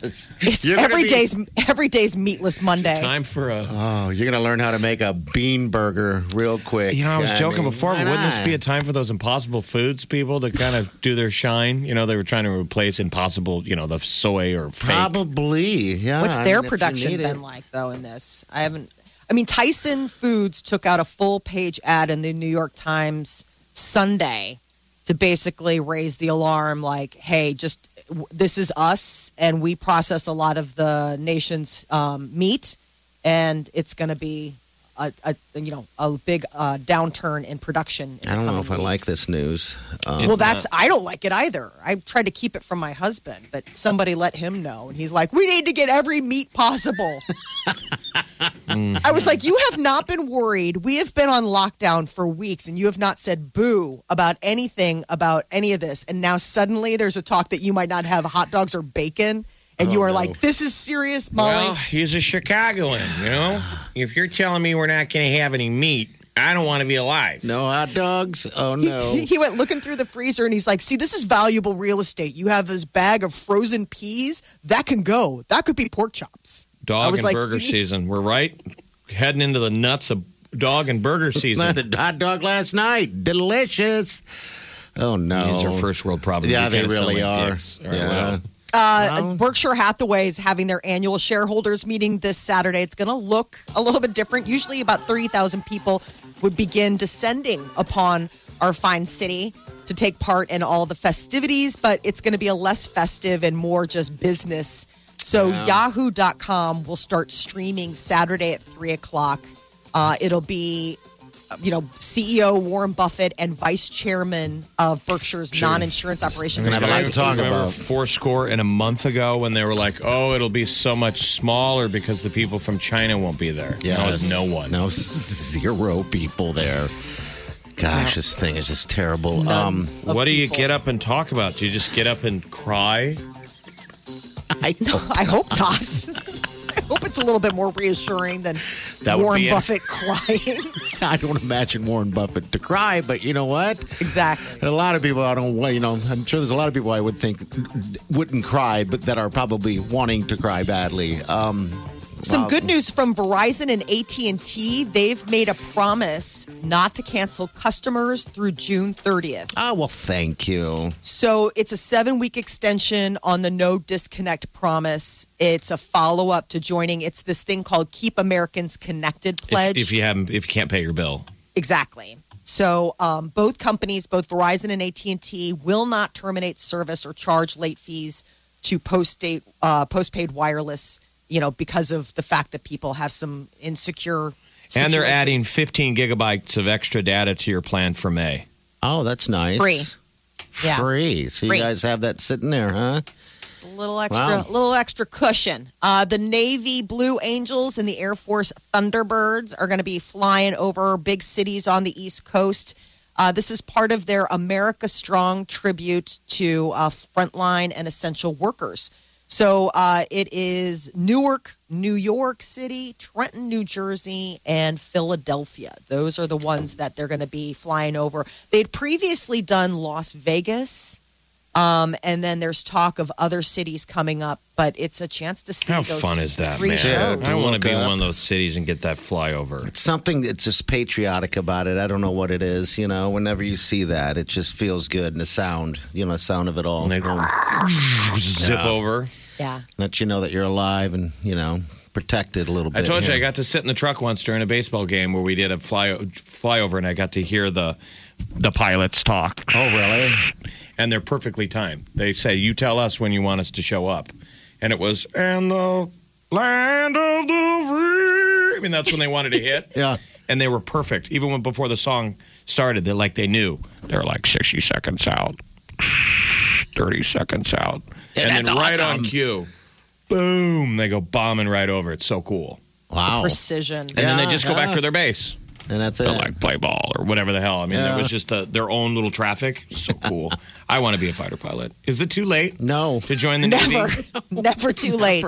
Speaker 4: It's
Speaker 5: You're gonna
Speaker 4: every
Speaker 5: be-
Speaker 4: day's every day's meatless Monday.
Speaker 6: Time for a
Speaker 5: Oh, you're gonna learn how to make a bean burger real quick.
Speaker 6: You know, I was joking
Speaker 5: mean,
Speaker 6: before,
Speaker 5: why
Speaker 6: but wouldn't this
Speaker 5: not?
Speaker 6: be a time for those Impossible Foods people to kind of do their shine? You know, they were trying to replace Impossible, you know, the soy or fake.
Speaker 5: probably? Yeah.
Speaker 4: What's
Speaker 5: I
Speaker 4: their
Speaker 5: mean, if you
Speaker 4: production
Speaker 5: need it.
Speaker 4: been like though in this? I haven't. I mean, Tyson Foods took out a full page ad in the New York Times Sunday to basically raise the alarm like, hey, just this is us and we process a lot of the nation's um, meat and it's going to be a, a you know a big uh, downturn in production. in
Speaker 5: I don't
Speaker 4: the
Speaker 5: know
Speaker 4: coming
Speaker 5: if I like
Speaker 4: weeks.
Speaker 5: this news. Um,
Speaker 4: Well, that's I don't like it either. I tried to keep it from my husband, but somebody let him know, and he's like, "We need to get every meat possible." I was like, "You have not been worried. We have been on lockdown for weeks, and you have not said boo about anything about any of this. And now suddenly there's a talk that you might not have hot dogs or bacon, and you are like, this is serious, Molly.'
Speaker 6: Well, he's a Chicagoan, you know? If you're telling me we're not going to have any meat, I don't want to be alive.
Speaker 5: no hot dogs. Oh
Speaker 4: He-
Speaker 5: no.
Speaker 6: [LAUGHS]
Speaker 4: He, he went looking through the freezer and he's like, "See, this is valuable real estate. You have this bag of frozen peas that can go. That could be pork chops." I
Speaker 6: Dog
Speaker 4: was
Speaker 6: and
Speaker 4: like,
Speaker 6: burger
Speaker 4: you need-
Speaker 6: season. We're right heading into the nuts of dog and burger
Speaker 5: Had
Speaker 6: season.
Speaker 5: a hot dog last night. Delicious. Oh no.
Speaker 6: These are first world problems.
Speaker 5: Yeah,
Speaker 6: You
Speaker 5: they
Speaker 6: can't sound
Speaker 5: really
Speaker 6: like
Speaker 5: are.
Speaker 6: dicks. All right,
Speaker 5: yeah.
Speaker 6: well,
Speaker 4: Uh, Berkshire Hathaway is having their annual shareholders meeting this Saturday. It's going to look a little bit different. Usually, about 30,000 people would begin descending upon our fine city to take part in all the festivities, but it's going to be a less festive and more just business. So, yahoo.com will start streaming Saturday at 3 o'clock. Uh, it'll be you know, CEO Warren Buffett and Vice Chairman of Berkshire's non-insurance operations.
Speaker 5: We're gonna have a lot to talk
Speaker 6: remember
Speaker 5: about.
Speaker 6: four score and a month ago when they were like, "Oh, it'll be so much smaller because the people from China won't be there." Now
Speaker 5: Yes.
Speaker 6: it's no one.
Speaker 5: No zero people there. Gosh, this thing is just terrible. Um,
Speaker 4: Nuns of
Speaker 6: What do you
Speaker 4: people.
Speaker 6: get up and talk about? Do you just get up and cry?
Speaker 5: I
Speaker 4: [LAUGHS] I hope not. [LAUGHS] I hope it's a little bit more reassuring than
Speaker 5: That would
Speaker 4: Warren
Speaker 5: be it. [LAUGHS]
Speaker 4: Buffett crying.
Speaker 5: I don't imagine Warren Buffett to cry, but you know what?
Speaker 4: exactly.
Speaker 5: A lot of people I don't, well, you know, I'm sure there's a lot of people I would think wouldn't cry, but that are probably wanting to cry badly. Um,
Speaker 4: Some
Speaker 5: Wow.
Speaker 4: good news from Verizon and AT&T. They've made a promise not to cancel customers through June 30th.
Speaker 5: ah, well, thank you.
Speaker 4: So it's a seven week extension on the no disconnect promise. It's a follow up to joining. It's this thing called Keep Americans Connected Pledge.
Speaker 6: If, if you haven't, if you can't pay your bill,
Speaker 4: Exactly. So um, both companies, both Verizon and AT and T, will not terminate service or charge late fees to post date uh, postpaid wireless. You know, because of the fact that people have some insecure.
Speaker 6: and they're adding
Speaker 4: situations.
Speaker 6: 15 gigabytes of extra data to your plan for May.
Speaker 5: Oh, that's nice.
Speaker 4: Free. Yeah.
Speaker 5: Free. So you
Speaker 4: Free.
Speaker 5: guys have that sitting there, huh?
Speaker 4: It's a little extra,
Speaker 5: Wow.
Speaker 4: little extra cushion. Uh, the Navy Blue Angels and the Air Force Thunderbirds are going to be flying over big cities on the East Coast. Uh, this is part of their America Strong tribute to uh, frontline and essential workers. So uh, it is Newark, New York City, Trenton, New Jersey, and Philadelphia. Those are the ones that they're going to be flying over. They'd previously done Las Vegas. Um, and then there's talk of other cities coming up, but it's a chance to see
Speaker 6: How
Speaker 4: those
Speaker 6: fun is that,
Speaker 4: three
Speaker 6: man?
Speaker 4: shows.
Speaker 5: Yeah,
Speaker 6: I want to
Speaker 5: look
Speaker 6: be in
Speaker 5: up.
Speaker 6: one of those cities and get that flyover.
Speaker 5: Something that's just patriotic about it. I don't know what it is. You know, whenever you see that, it just feels good. And the sound, you know, the sound of it all.
Speaker 6: And they go zip over.
Speaker 4: Yeah.
Speaker 5: Let you know that you're alive and, you know, protected a little bit.
Speaker 6: I told you I
Speaker 5: here.
Speaker 6: got to sit in the truck once during a baseball game where we did a fly flyover, and I got to hear the the pilots talk.
Speaker 5: Oh, really?
Speaker 6: and they're perfectly timed. They say, "You tell us when you want us to show up," and it was and the land of the free. I mean, that's when they wanted
Speaker 5: [LAUGHS]
Speaker 6: to hit,
Speaker 5: Yeah.
Speaker 6: and they were perfect. Even when before the song started, they like they knew they were like sixty seconds out, thirty seconds out,
Speaker 5: Yeah,
Speaker 6: and then
Speaker 5: that's
Speaker 6: right
Speaker 5: awesome.
Speaker 6: on cue, boom, they go bombing right over. It's so cool,
Speaker 5: Wow.
Speaker 4: Precision.
Speaker 6: and then
Speaker 5: Yeah,
Speaker 6: they just go
Speaker 5: yeah.
Speaker 6: back to their base.
Speaker 5: And that's it.
Speaker 6: They're like play ball or whatever the hell. I mean,
Speaker 5: Yeah.
Speaker 6: that was just uh their own little traffic. So cool. I want to be a fighter pilot. Is it too late?
Speaker 5: no.
Speaker 6: to join the
Speaker 4: Never,
Speaker 6: Navy.
Speaker 4: [LAUGHS] never too late.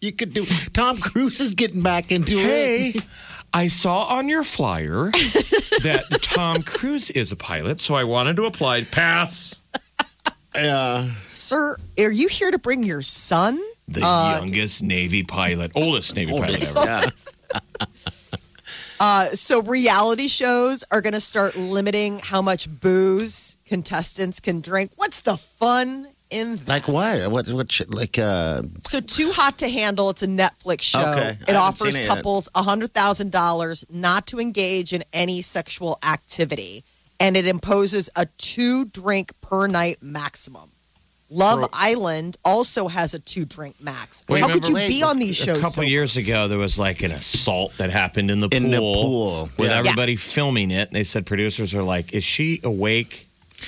Speaker 5: You could do. Tom Cruise is getting back into it.
Speaker 6: Hey, I saw on your flyer that Tom Cruise is a pilot, so I wanted to apply. Pass.
Speaker 5: [LAUGHS] Yeah.
Speaker 4: Sir, are you here to bring your son?
Speaker 6: The youngest Navy pilot, oldest Navy
Speaker 5: Oldest.
Speaker 6: pilot ever.
Speaker 4: [LAUGHS]
Speaker 5: Yeah.
Speaker 4: Uh, so reality shows are going to start limiting how much booze contestants can drink. What's the fun in that?
Speaker 5: Like what? What? What? sh- Like uh,
Speaker 4: So Too Hot to Handle, it's a Netflix show.
Speaker 5: Okay. I
Speaker 4: It
Speaker 5: haven't
Speaker 4: offers
Speaker 5: seen it yet.
Speaker 4: couples $100,000 not to engage in any sexual activity and it imposes a two drink per night maximum. Love Island also has a two drink max.
Speaker 6: Well,
Speaker 4: How
Speaker 6: you
Speaker 4: could you
Speaker 5: remember-
Speaker 4: be on these shows?
Speaker 6: A
Speaker 4: so-
Speaker 6: couple years ago, there was like an assault that happened in the
Speaker 5: In
Speaker 6: pool,
Speaker 5: the pool,
Speaker 6: with
Speaker 5: yeah.
Speaker 6: everybody filming it. And they said producers are like, "Is she awake?"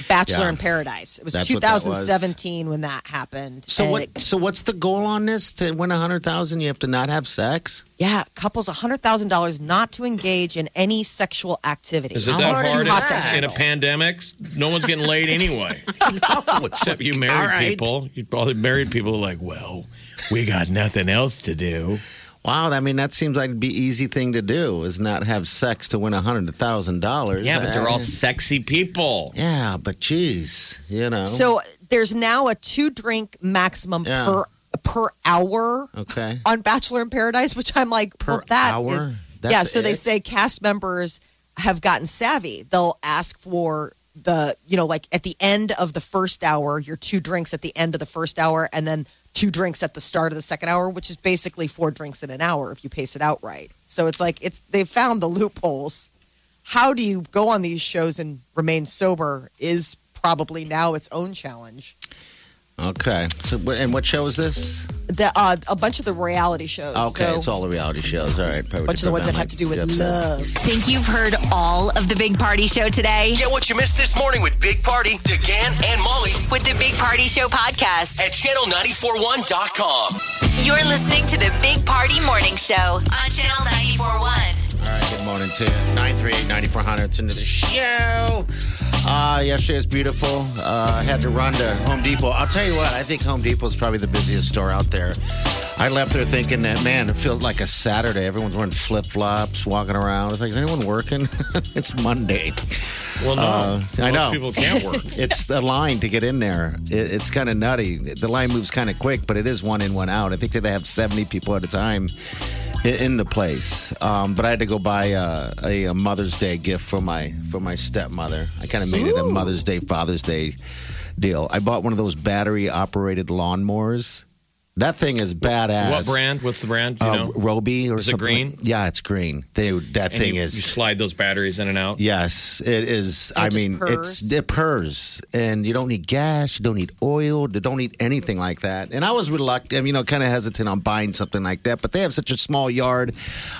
Speaker 4: Bachelor
Speaker 5: Yeah.
Speaker 4: in Paradise. It was
Speaker 5: That's what that was.
Speaker 4: 2017 when that happened.
Speaker 5: so
Speaker 4: And
Speaker 5: what?
Speaker 4: it-
Speaker 5: so what's the goal on this? To win a hundred thousand, you have to not have sex.
Speaker 4: yeah, couples $100,000 not to engage in any sexual activity.
Speaker 6: Is it
Speaker 5: How
Speaker 6: that
Speaker 5: hard is
Speaker 6: hard
Speaker 5: that?
Speaker 6: in- in, a pandemic? No one's getting laid anyway,
Speaker 5: [LAUGHS]
Speaker 6: except you
Speaker 5: All
Speaker 6: married
Speaker 5: right.
Speaker 6: people. You, all the married people are like, "Well, we got nothing else to do."
Speaker 5: Wow, I mean that seems like the easy thing to do is not have sex to win a hundred thousand dollars. Eh.
Speaker 6: Yeah, but they're all sexy people.
Speaker 5: Yeah, but geez, you know.
Speaker 4: So there's now a two drink maximum
Speaker 5: Yeah.
Speaker 4: per per hour
Speaker 5: okay,
Speaker 4: on Bachelor in Paradise, which I'm like,
Speaker 5: Per
Speaker 4: well, that
Speaker 5: hour?
Speaker 4: is-
Speaker 5: That's
Speaker 4: yeah. So they
Speaker 5: it?
Speaker 4: say cast members have gotten savvy. They'll ask for the you know like at the end of the first hour, your two drinks at the end of the first hour, and then two drinks at the start of the second hour, which is basically four drinks in an hour if you pace it out right. So it's like it's they found the loopholes. How do you go on these shows and remain sober is probably now its own challenge.
Speaker 5: okay. So wh- and what show is this?
Speaker 4: The uh, a bunch of the reality shows.
Speaker 5: Okay,
Speaker 4: so
Speaker 5: it's all the reality shows. All right,
Speaker 4: a
Speaker 5: probably
Speaker 4: bunch of the ones that have
Speaker 5: like
Speaker 4: to do with
Speaker 5: Jeff said.
Speaker 4: love.
Speaker 3: Think you've heard all of the Big Party Show today?
Speaker 2: Get what you missed this morning with Big Party, DeGan, and Molly
Speaker 3: With the Big Party Show podcast,
Speaker 2: at channel941.com.
Speaker 3: you're listening to the Big Party Morning Show on Channel 941.
Speaker 5: All right, good morning to you. 938-9400. It's into the show. Uh, yesterday was beautiful. Uh, I had to run to Home Depot. I'll tell you what, I think Home Depot is probably the busiest store out there. I left there thinking that, man, it feels like a Saturday. Everyone's wearing flip-flops, walking around. It's like, is anyone working? [LAUGHS] it's Monday.
Speaker 6: Well, no,
Speaker 5: Uh, I
Speaker 6: Oh, most
Speaker 5: know.
Speaker 6: people
Speaker 5: [LAUGHS]
Speaker 6: can't work.
Speaker 5: It's the line to get in there. It, it's kind of nutty. The line moves kind of quick, but it is one in, one out. I think that they have 70 people at a time i- in the place. Um, but I had to go buy uh, a, a Mother's Day gift for my for my stepmother. I kind of made it a Mother's Day, Father's Day deal. I bought one of those battery operated lawnmowers. That thing is badass.
Speaker 6: What brand? What's the brand? You
Speaker 5: Uh,
Speaker 6: know,
Speaker 5: Roby or
Speaker 6: Is it
Speaker 5: something.
Speaker 6: green?
Speaker 5: Yeah, it's green. They, that
Speaker 6: And
Speaker 5: thing
Speaker 6: you, you
Speaker 5: is
Speaker 6: slide those batteries in and out.
Speaker 5: Yes, it is. I
Speaker 4: it just
Speaker 5: mean, it's
Speaker 4: purrs?
Speaker 5: it purrs, and you don't need gas, you don't need oil, you don't need anything like that. And I was reluctant, you know, kind of hesitant on buying something like that. But they have such a small yard.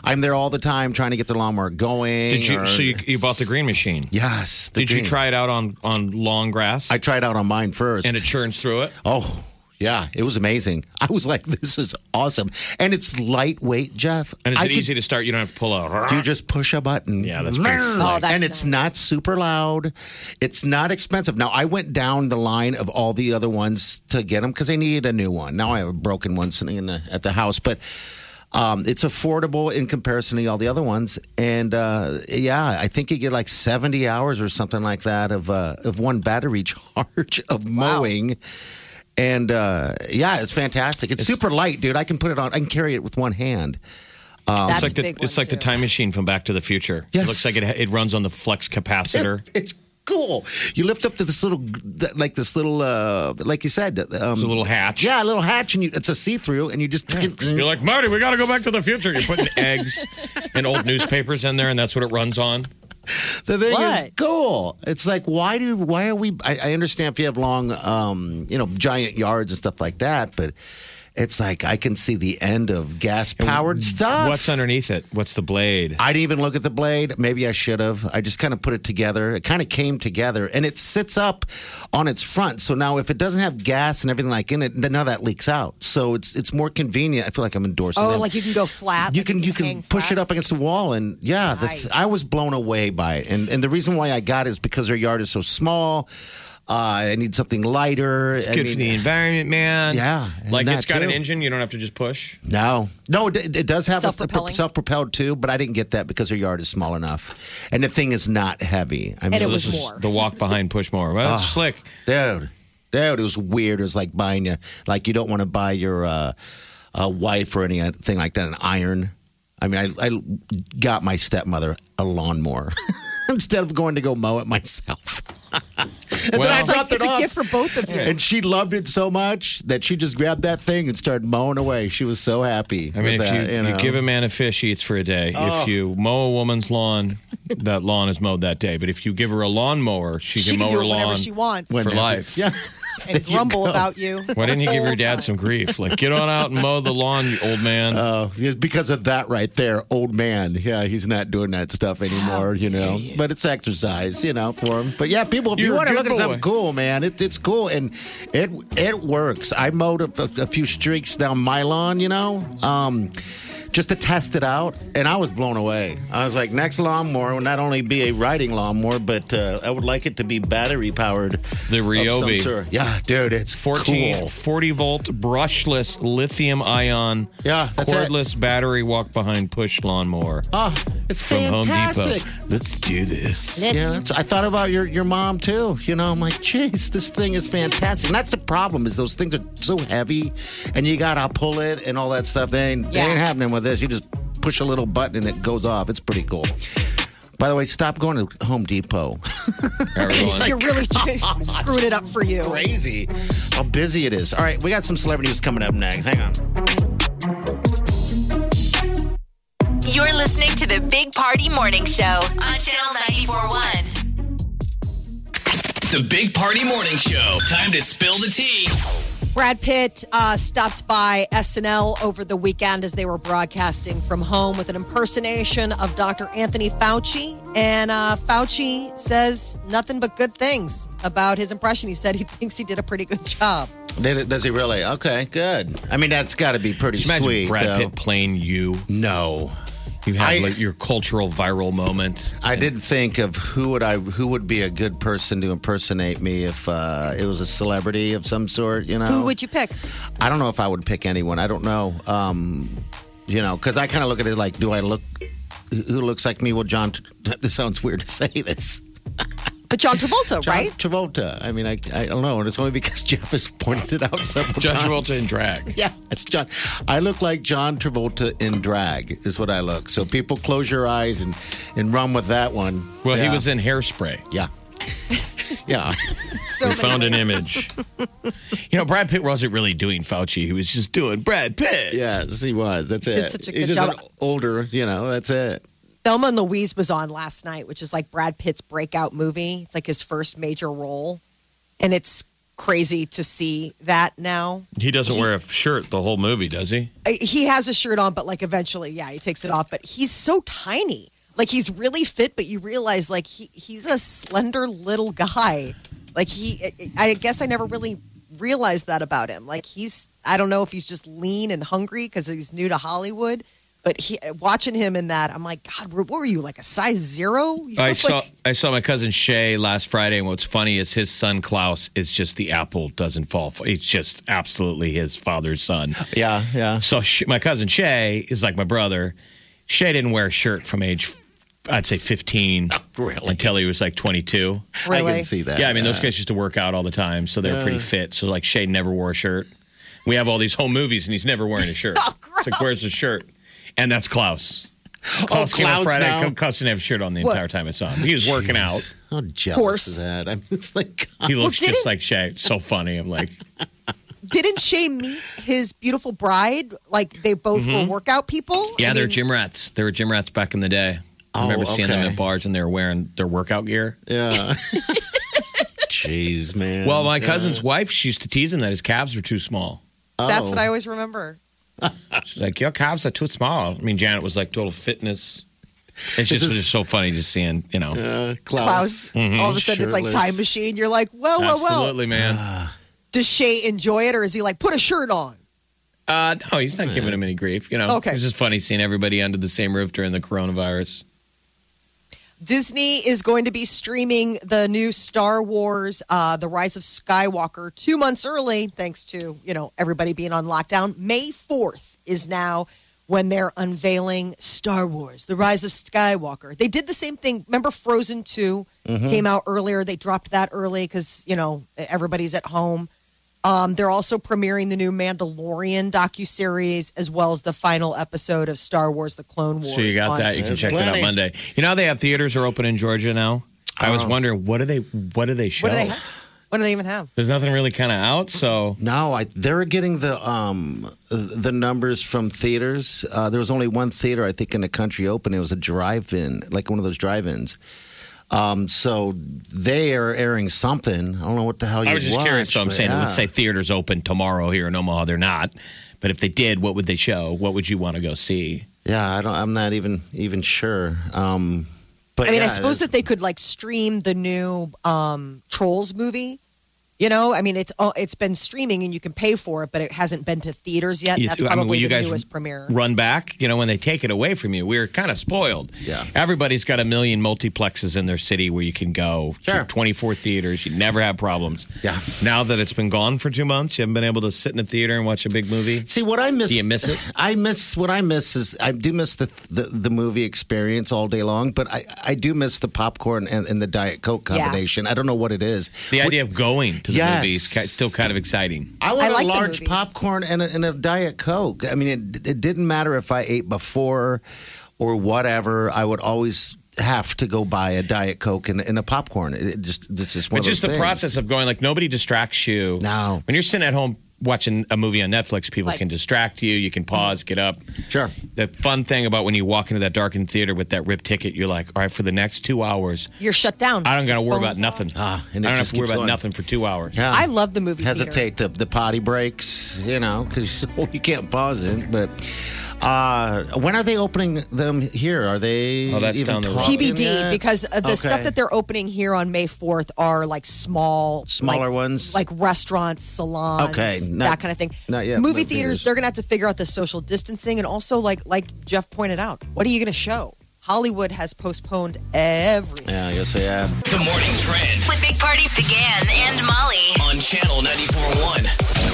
Speaker 5: I'm there all the time trying to get the lawnmower going.
Speaker 6: Did you?
Speaker 5: or-
Speaker 6: So you, you bought the green machine?
Speaker 5: yes. the
Speaker 6: Did you
Speaker 5: green.
Speaker 6: try it out on on long grass?
Speaker 5: I tried out on mine first.
Speaker 6: and it churns through it.
Speaker 5: oh, Yeah, it was amazing. I was like, this is awesome. And it's lightweight, Jeff.
Speaker 6: And is
Speaker 5: I
Speaker 6: it easy to start? You don't have to pull out.
Speaker 5: You just push a button.
Speaker 6: Yeah, that's pretty slick.
Speaker 4: Oh, that's
Speaker 5: and it's
Speaker 4: nice.
Speaker 5: not super loud. It's not expensive. Now, I went down the line of all the other ones to get them because I needed a new one. Now I have a broken one sitting in the, at the house, but um, it's affordable in comparison to all the other ones. And uh, yeah, I think you get like 70 hours or something like that of, uh, of one battery [LAUGHS] charge of mowing. And uh, yeah, it's fantastic. It's, super light, dude. I can put it on, I can carry it with one hand.
Speaker 4: That's
Speaker 5: Um,
Speaker 6: It's like
Speaker 4: a
Speaker 6: the
Speaker 4: big
Speaker 6: it's
Speaker 4: one,
Speaker 6: like the
Speaker 4: too.
Speaker 6: time machine from Back to the Future.
Speaker 5: Yes.
Speaker 6: It looks like it it runs on the flex capacitor.
Speaker 5: [LAUGHS] It's cool. You lift up to this little, like this little, uh, like you said, um,
Speaker 6: It's a little hatch.
Speaker 5: yeah, a little hatch, and you, it's a see-through, and you just
Speaker 6: You're like Marty. We got to go back to the future. You're putting eggs and old newspapers in there, and that's what it runs on.
Speaker 5: the thing is
Speaker 4: What?
Speaker 5: cool. It's like why do why are we? I, I understand if you have long, um, you know, giant yards and stuff like that, but it's like I can see the end of gas-powered stuff.
Speaker 6: What's underneath it? What's the blade?
Speaker 5: I didn't even look at the blade. Maybe I should have. I just kind of put it together. It kind of came together and it sits up on its front. So now if it doesn't have gas and everything like in it, then now that leaks out. So it's it's more convenient. I feel like I'm endorsing
Speaker 4: Oh,
Speaker 5: them.
Speaker 4: like you can go flat.
Speaker 5: you
Speaker 4: like
Speaker 5: can you
Speaker 4: hang
Speaker 5: can push it
Speaker 4: flat?
Speaker 5: up against the wall and yeah, that's,
Speaker 4: Nice.
Speaker 5: I was blown away by it. And and the reason why I got it is because their yard is so small. Uh, I need something lighter. I
Speaker 6: Good
Speaker 5: mean,
Speaker 6: for the environment, man.
Speaker 5: Yeah, and
Speaker 6: Like
Speaker 5: that
Speaker 6: it's got an
Speaker 5: too.
Speaker 6: engine. You don't have to just push.
Speaker 5: No, no, it, it does have
Speaker 4: Self-propelling?
Speaker 5: self propelled too, but I didn't get that because her yard is small enough, and the thing is not heavy. I mean,
Speaker 4: it was
Speaker 6: This is
Speaker 4: more.
Speaker 6: the walk behind push more. Well, it's slick.
Speaker 5: dude, dude, it was weird. It was like buying a like you don't want to buy your uh, uh, wife or anything like that an iron. I mean, I, I got my stepmother a lawnmower [LAUGHS] instead of going to go mow it myself. [LAUGHS] and then I
Speaker 4: It's like
Speaker 5: dropped it
Speaker 4: it's a
Speaker 5: off.
Speaker 4: gift for both of you.
Speaker 5: and she loved it so much that she just grabbed that thing and started mowing away. She was so happy.
Speaker 6: I mean,
Speaker 5: with
Speaker 6: if
Speaker 5: that,
Speaker 6: you,
Speaker 5: you,
Speaker 6: you,
Speaker 5: know.
Speaker 6: give a man a fish, he eats for a day. If you mow a woman's lawn, that lawn is mowed that day. But if you give her a lawnmower, she,
Speaker 4: She
Speaker 6: mow
Speaker 4: can do
Speaker 6: her
Speaker 4: it whenever
Speaker 6: lawn
Speaker 4: she wants
Speaker 6: for life.
Speaker 5: yeah. [LAUGHS]
Speaker 4: and grumble about you.
Speaker 6: Why didn't you give your dad some grief? Like, get on out and mow the lawn, you old man.
Speaker 5: Oh, yeah, because of that right there, old man. Yeah, he's not doing that stuff anymore, you know. But it's exercise, you know, for him. But yeah, people, if you
Speaker 6: You're a
Speaker 5: want to
Speaker 6: good
Speaker 5: look at
Speaker 6: boy.
Speaker 5: something cool, man, it, it's cool and it it works. I mowed a, a, a few streaks down my lawn, you know, um, just to test it out, and I was blown away. I was like, next lawnmower will not only be a riding lawnmower, but uh, I would like it to be battery powered.
Speaker 6: The Ryobi.
Speaker 5: Yeah, dude, it's
Speaker 6: 14,
Speaker 5: cool.
Speaker 6: 40 volt brushless lithium ion
Speaker 5: Yeah, that's it.
Speaker 6: cordless battery walk behind push lawnmower
Speaker 5: Oh, it's
Speaker 6: from Home
Speaker 5: fantastic.
Speaker 6: Depot. Let's do this.
Speaker 5: Yeah, that's- I thought about your, your mom too. You know, I'm like, jeez, this thing is fantastic. And that's the problem is those things are so heavy, and you gotta pull it and all that stuff. They ain't, they
Speaker 4: Yeah.
Speaker 5: ain't happening with this. You just push a little button and it goes off. It's pretty cool. By the way, stop going to Home Depot. [LAUGHS]
Speaker 6: Everyone.
Speaker 4: You're really
Speaker 5: oh
Speaker 4: screwed it up for you.
Speaker 5: Crazy how busy it is. All right, we got some celebrity news coming up next. Hang on.
Speaker 3: You're listening to the Big Party Morning Show on Channel 941.
Speaker 2: The Big Party Morning Show. Time to spill the tea.
Speaker 4: Brad Pitt uh, stopped by SNL over the weekend as they were broadcasting from home with an impersonation of Dr. Anthony Fauci. And uh, Fauci says nothing but good things about his impression. He said he [LAUGHS] thinks he did a pretty good job.
Speaker 5: Did it- Does he really? Okay, good. I mean, that's got to be pretty
Speaker 6: Imagine
Speaker 5: sweet.
Speaker 6: Brad
Speaker 5: though.
Speaker 6: Pitt playing you.
Speaker 5: No,
Speaker 6: You have
Speaker 5: I-
Speaker 6: like your cultural viral moment.
Speaker 5: I did think of who would I who would be a good person to impersonate me if uh, it was a celebrity of some sort. You know,
Speaker 4: Who would you pick?
Speaker 5: I don't know if I would pick anyone. I don't know. Um, you know, because I kind of look at it like, do I look? Who looks like me? Well, John. [LAUGHS] This sounds weird to say this.
Speaker 4: But John Travolta,
Speaker 5: John
Speaker 4: right?
Speaker 5: Travolta. I mean, I, I don't know, and it's only because [LAUGHS] Jeff has pointed it out several
Speaker 6: John
Speaker 5: times.
Speaker 6: Travolta in drag.
Speaker 5: [LAUGHS] Yeah, it's John. I look like John Travolta in drag is what I look. So people close your eyes and and run with that one.
Speaker 6: Well, he
Speaker 5: Yeah.
Speaker 6: was in hairspray.
Speaker 4: [LAUGHS]
Speaker 5: Yeah. yeah.
Speaker 4: So
Speaker 6: We found an
Speaker 4: many-
Speaker 6: image. [LAUGHS] you know, Brad Pitt wasn't really doing Fauci. He was just doing Brad Pitt.
Speaker 5: Yes, he was. That's it.
Speaker 4: such a
Speaker 5: He's
Speaker 4: good
Speaker 5: just
Speaker 4: job.
Speaker 5: an older, you know, that's it.
Speaker 4: Thelma and Louise was on last night, which is like Brad Pitt's breakout movie. It's like his first major role. And it's crazy to see that now.
Speaker 6: He doesn't wear a shirt the whole movie, does he?
Speaker 4: he has a shirt on, but like eventually, yeah, he takes it off. But he's so tiny. Like he's really fit, but you realize like he, he's a slender little guy. Like he, I guess I never really realized that about him. Like he's, I don't know if he's just lean and hungry because he's new to Hollywood. But he, watching him in that, I'm like, God, what were you like a size zero? You
Speaker 6: I
Speaker 4: look
Speaker 6: saw
Speaker 4: like-
Speaker 6: I saw my cousin Shay last Friday, and what's funny is his son Klaus is just the apple doesn't fall. f- It's just absolutely his father's son.
Speaker 5: Yeah, yeah.
Speaker 6: So sh my cousin Shay is like my brother. Shay didn't wear a shirt from age, I'd say, 15
Speaker 5: Really?
Speaker 6: until he was like 22.
Speaker 5: I
Speaker 4: really?
Speaker 5: can see that.
Speaker 6: Yeah, I mean, those guys used to work out all the time, so they were pretty fit. So, like, Shay never wore a shirt. We have all these home movies, and he's never wearing a
Speaker 5: [LAUGHS]
Speaker 6: shirt.
Speaker 5: Oh,
Speaker 6: it's like, where's the shirt? And that's Klaus. Klaus came
Speaker 5: Oh, Klaus
Speaker 6: on Friday.
Speaker 5: now?
Speaker 6: Klaus didn't have a shirt on the entire time I saw him. He was working out.
Speaker 5: How jealous
Speaker 4: Horse.
Speaker 5: is that? I mean, it's like, God.
Speaker 6: He looks
Speaker 4: didn't-
Speaker 6: just like Shay. It's so funny. I'm like,
Speaker 4: Didn't Shay meet his beautiful bride? Like they both were workout people.
Speaker 6: [LAUGHS] Mm-hmm. yeah,
Speaker 4: I
Speaker 6: they're
Speaker 4: mean,
Speaker 6: gym rats. They were gym rats back in the day. I remember
Speaker 5: Oh,
Speaker 6: seeing them
Speaker 5: okay.
Speaker 6: at bars, and they were wearing their workout gear.
Speaker 4: [LAUGHS]
Speaker 5: yeah. Jeez, man.
Speaker 6: Well, my cousin's wife, she used to tease him that his calves were too small.
Speaker 4: That's
Speaker 6: Oh.
Speaker 4: what I always remember.
Speaker 6: She's like, your calves are too small. I mean, Janet was like total fitness. It's just,
Speaker 5: is-
Speaker 6: it's so funny just seeing, you know.
Speaker 5: Uh,
Speaker 4: Klaus, all of a sudden it's like
Speaker 5: shirtless.
Speaker 4: time machine. You're like, whoa, whoa, whoa.
Speaker 6: Absolutely, man.
Speaker 4: Does Shay enjoy it or is he like, put a shirt on?
Speaker 6: Uh, no, he's not giving him any grief. You know,
Speaker 4: Okay.
Speaker 6: it's just funny seeing everybody under the same roof during the coronavirus.
Speaker 4: Disney is going to be streaming the new Star Wars, uh, The Rise of Skywalker, two months early, thanks to you know everybody being on lockdown. May fourth is now when they're unveiling Star Wars, The Rise of Skywalker. They did the same thing. Remember, Frozen 2
Speaker 6: Mm-hmm.
Speaker 4: came out earlier. They dropped that early because you know everybody's at home. Um, they're also premiering the new Mandalorian docuseries as well as the final episode of Star Wars: The Clone Wars.
Speaker 6: So you got
Speaker 4: on-
Speaker 6: that. You can
Speaker 5: There's
Speaker 6: check that out
Speaker 5: plenty.
Speaker 6: Monday. You know how they have theaters are open in Georgia now. I was wondering what do they what do they show?
Speaker 4: What do they have? What do they even have?
Speaker 6: There's nothing really kind of out. So
Speaker 5: No, I, they're getting the um the numbers from theaters. Uh, there was only one theater I think in the country open. It was a drive-in, like one of those drive-ins. Um, so they are airing something. I don't know what the hell you.
Speaker 6: I was just curious. So I'm saying, let's say theaters open tomorrow here in Omaha. They're not, but if they did, what would they show? What would you want to go see?
Speaker 5: Yeah, I don't. I'm not even even sure. Um, but
Speaker 4: I mean, I
Speaker 5: yeah, uh,
Speaker 4: suppose that they could like stream the new um, Trolls movie. You know, I mean, it's uh, it's been streaming and you can pay for it, but it hasn't been to theaters yet.
Speaker 6: You
Speaker 4: That's
Speaker 6: th- I
Speaker 4: probably
Speaker 6: mean, will you
Speaker 4: the
Speaker 6: guys
Speaker 4: newest premiere.
Speaker 6: run back? You know, when they take it away from you, we're kind of spoiled.
Speaker 5: Yeah.
Speaker 6: Everybody's got a million multiplexes in their city where you can go.
Speaker 5: Sure.
Speaker 6: 24 theaters. You never have problems.
Speaker 5: Yeah.
Speaker 6: Now that it's been gone for two months, you haven't been able to sit in a theater and watch a big movie.
Speaker 5: See what I miss.
Speaker 6: Do you miss it?
Speaker 5: [LAUGHS] I miss what I miss is I do miss the the, the movie experience all day long, but I, I do miss the popcorn and, and the diet coke
Speaker 4: Yeah.
Speaker 5: combination. I don't know what it is.
Speaker 6: The idea of going to the
Speaker 5: Yes.
Speaker 6: movies ki- still kind of exciting.
Speaker 5: I want
Speaker 4: I like
Speaker 5: a
Speaker 4: the
Speaker 5: large
Speaker 4: movies.
Speaker 5: popcorn and a, and a diet coke. I mean, it, it didn't matter if I ate before or whatever. I would always have to go buy a diet coke and, and a popcorn. It, it just this is one
Speaker 6: But
Speaker 5: of
Speaker 6: just the
Speaker 5: those things.
Speaker 6: process of going, like nobody distracts you.
Speaker 5: No.
Speaker 6: When you're sitting at home watching a movie on Netflix, people
Speaker 4: Like-
Speaker 6: can distract you. You can pause,
Speaker 4: Mm-hmm.
Speaker 6: get up.
Speaker 5: Sure.
Speaker 6: The fun thing about when you walk into that darkened theater with that rip ticket, you're like, all right, for the next two hours,
Speaker 4: You're shut down.
Speaker 6: I don't got to
Speaker 4: Your
Speaker 6: worry about
Speaker 4: phone's off.
Speaker 6: nothing.
Speaker 5: Ah,
Speaker 6: I
Speaker 5: and
Speaker 6: don't
Speaker 5: it
Speaker 6: have
Speaker 5: just
Speaker 6: to worry
Speaker 5: keeps
Speaker 6: about
Speaker 5: going.
Speaker 6: nothing for two hours.
Speaker 5: Yeah.
Speaker 4: I love the movie theater.
Speaker 5: hesitate the, the potty breaks, you know, because [LAUGHS] you can't pause it. But uh, when are they opening them here? Are they?
Speaker 6: Oh, that's
Speaker 5: even
Speaker 6: down the road.
Speaker 5: talking
Speaker 4: TBD
Speaker 5: yet?
Speaker 4: because uh, the stuff
Speaker 5: Okay.
Speaker 4: that they're opening here on May 4th are like small,
Speaker 5: Smaller
Speaker 4: like,
Speaker 5: ones?
Speaker 4: like restaurants, salons,
Speaker 5: Okay, not-
Speaker 4: that kind of thing.
Speaker 5: not yet,
Speaker 4: Movie
Speaker 5: but
Speaker 4: theaters,
Speaker 5: theaters.
Speaker 4: they're gonna have to figure out the social distancing and also like like Jeff pointed out, what are you gonna show? Hollywood has postponed everything.
Speaker 5: Yeah, I guess so, yeah.
Speaker 2: The morning trend
Speaker 3: With Big Party began and Molly.
Speaker 2: on channel 941.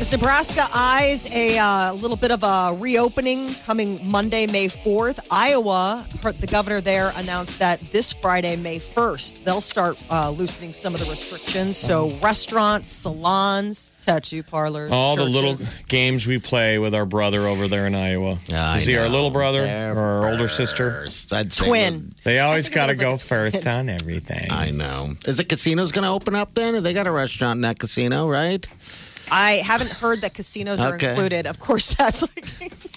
Speaker 4: As Nebraska eyes a uh, little bit of a reopening coming Monday, May 4th, Iowa, her- the governor there announced that this Friday, May 1st, they'll start uh, loosening some of the restrictions. So, restaurants, salons, tattoo parlors,
Speaker 6: All the little
Speaker 4: churches.
Speaker 6: games we play with our brother over there in Iowa.
Speaker 5: I
Speaker 6: Is he our
Speaker 5: know.
Speaker 6: little brother
Speaker 5: They're
Speaker 6: or our older sister?
Speaker 5: First, I'd say
Speaker 4: twin.
Speaker 6: They always got to
Speaker 4: think it
Speaker 6: go
Speaker 4: [LAUGHS]
Speaker 6: first on everything.
Speaker 5: I know. Is the casinos going to open up then? They got a restaurant in that casino, right?
Speaker 4: I haven't heard that casinos are
Speaker 5: Okay.
Speaker 4: included. Of course, [LAUGHS] that's like,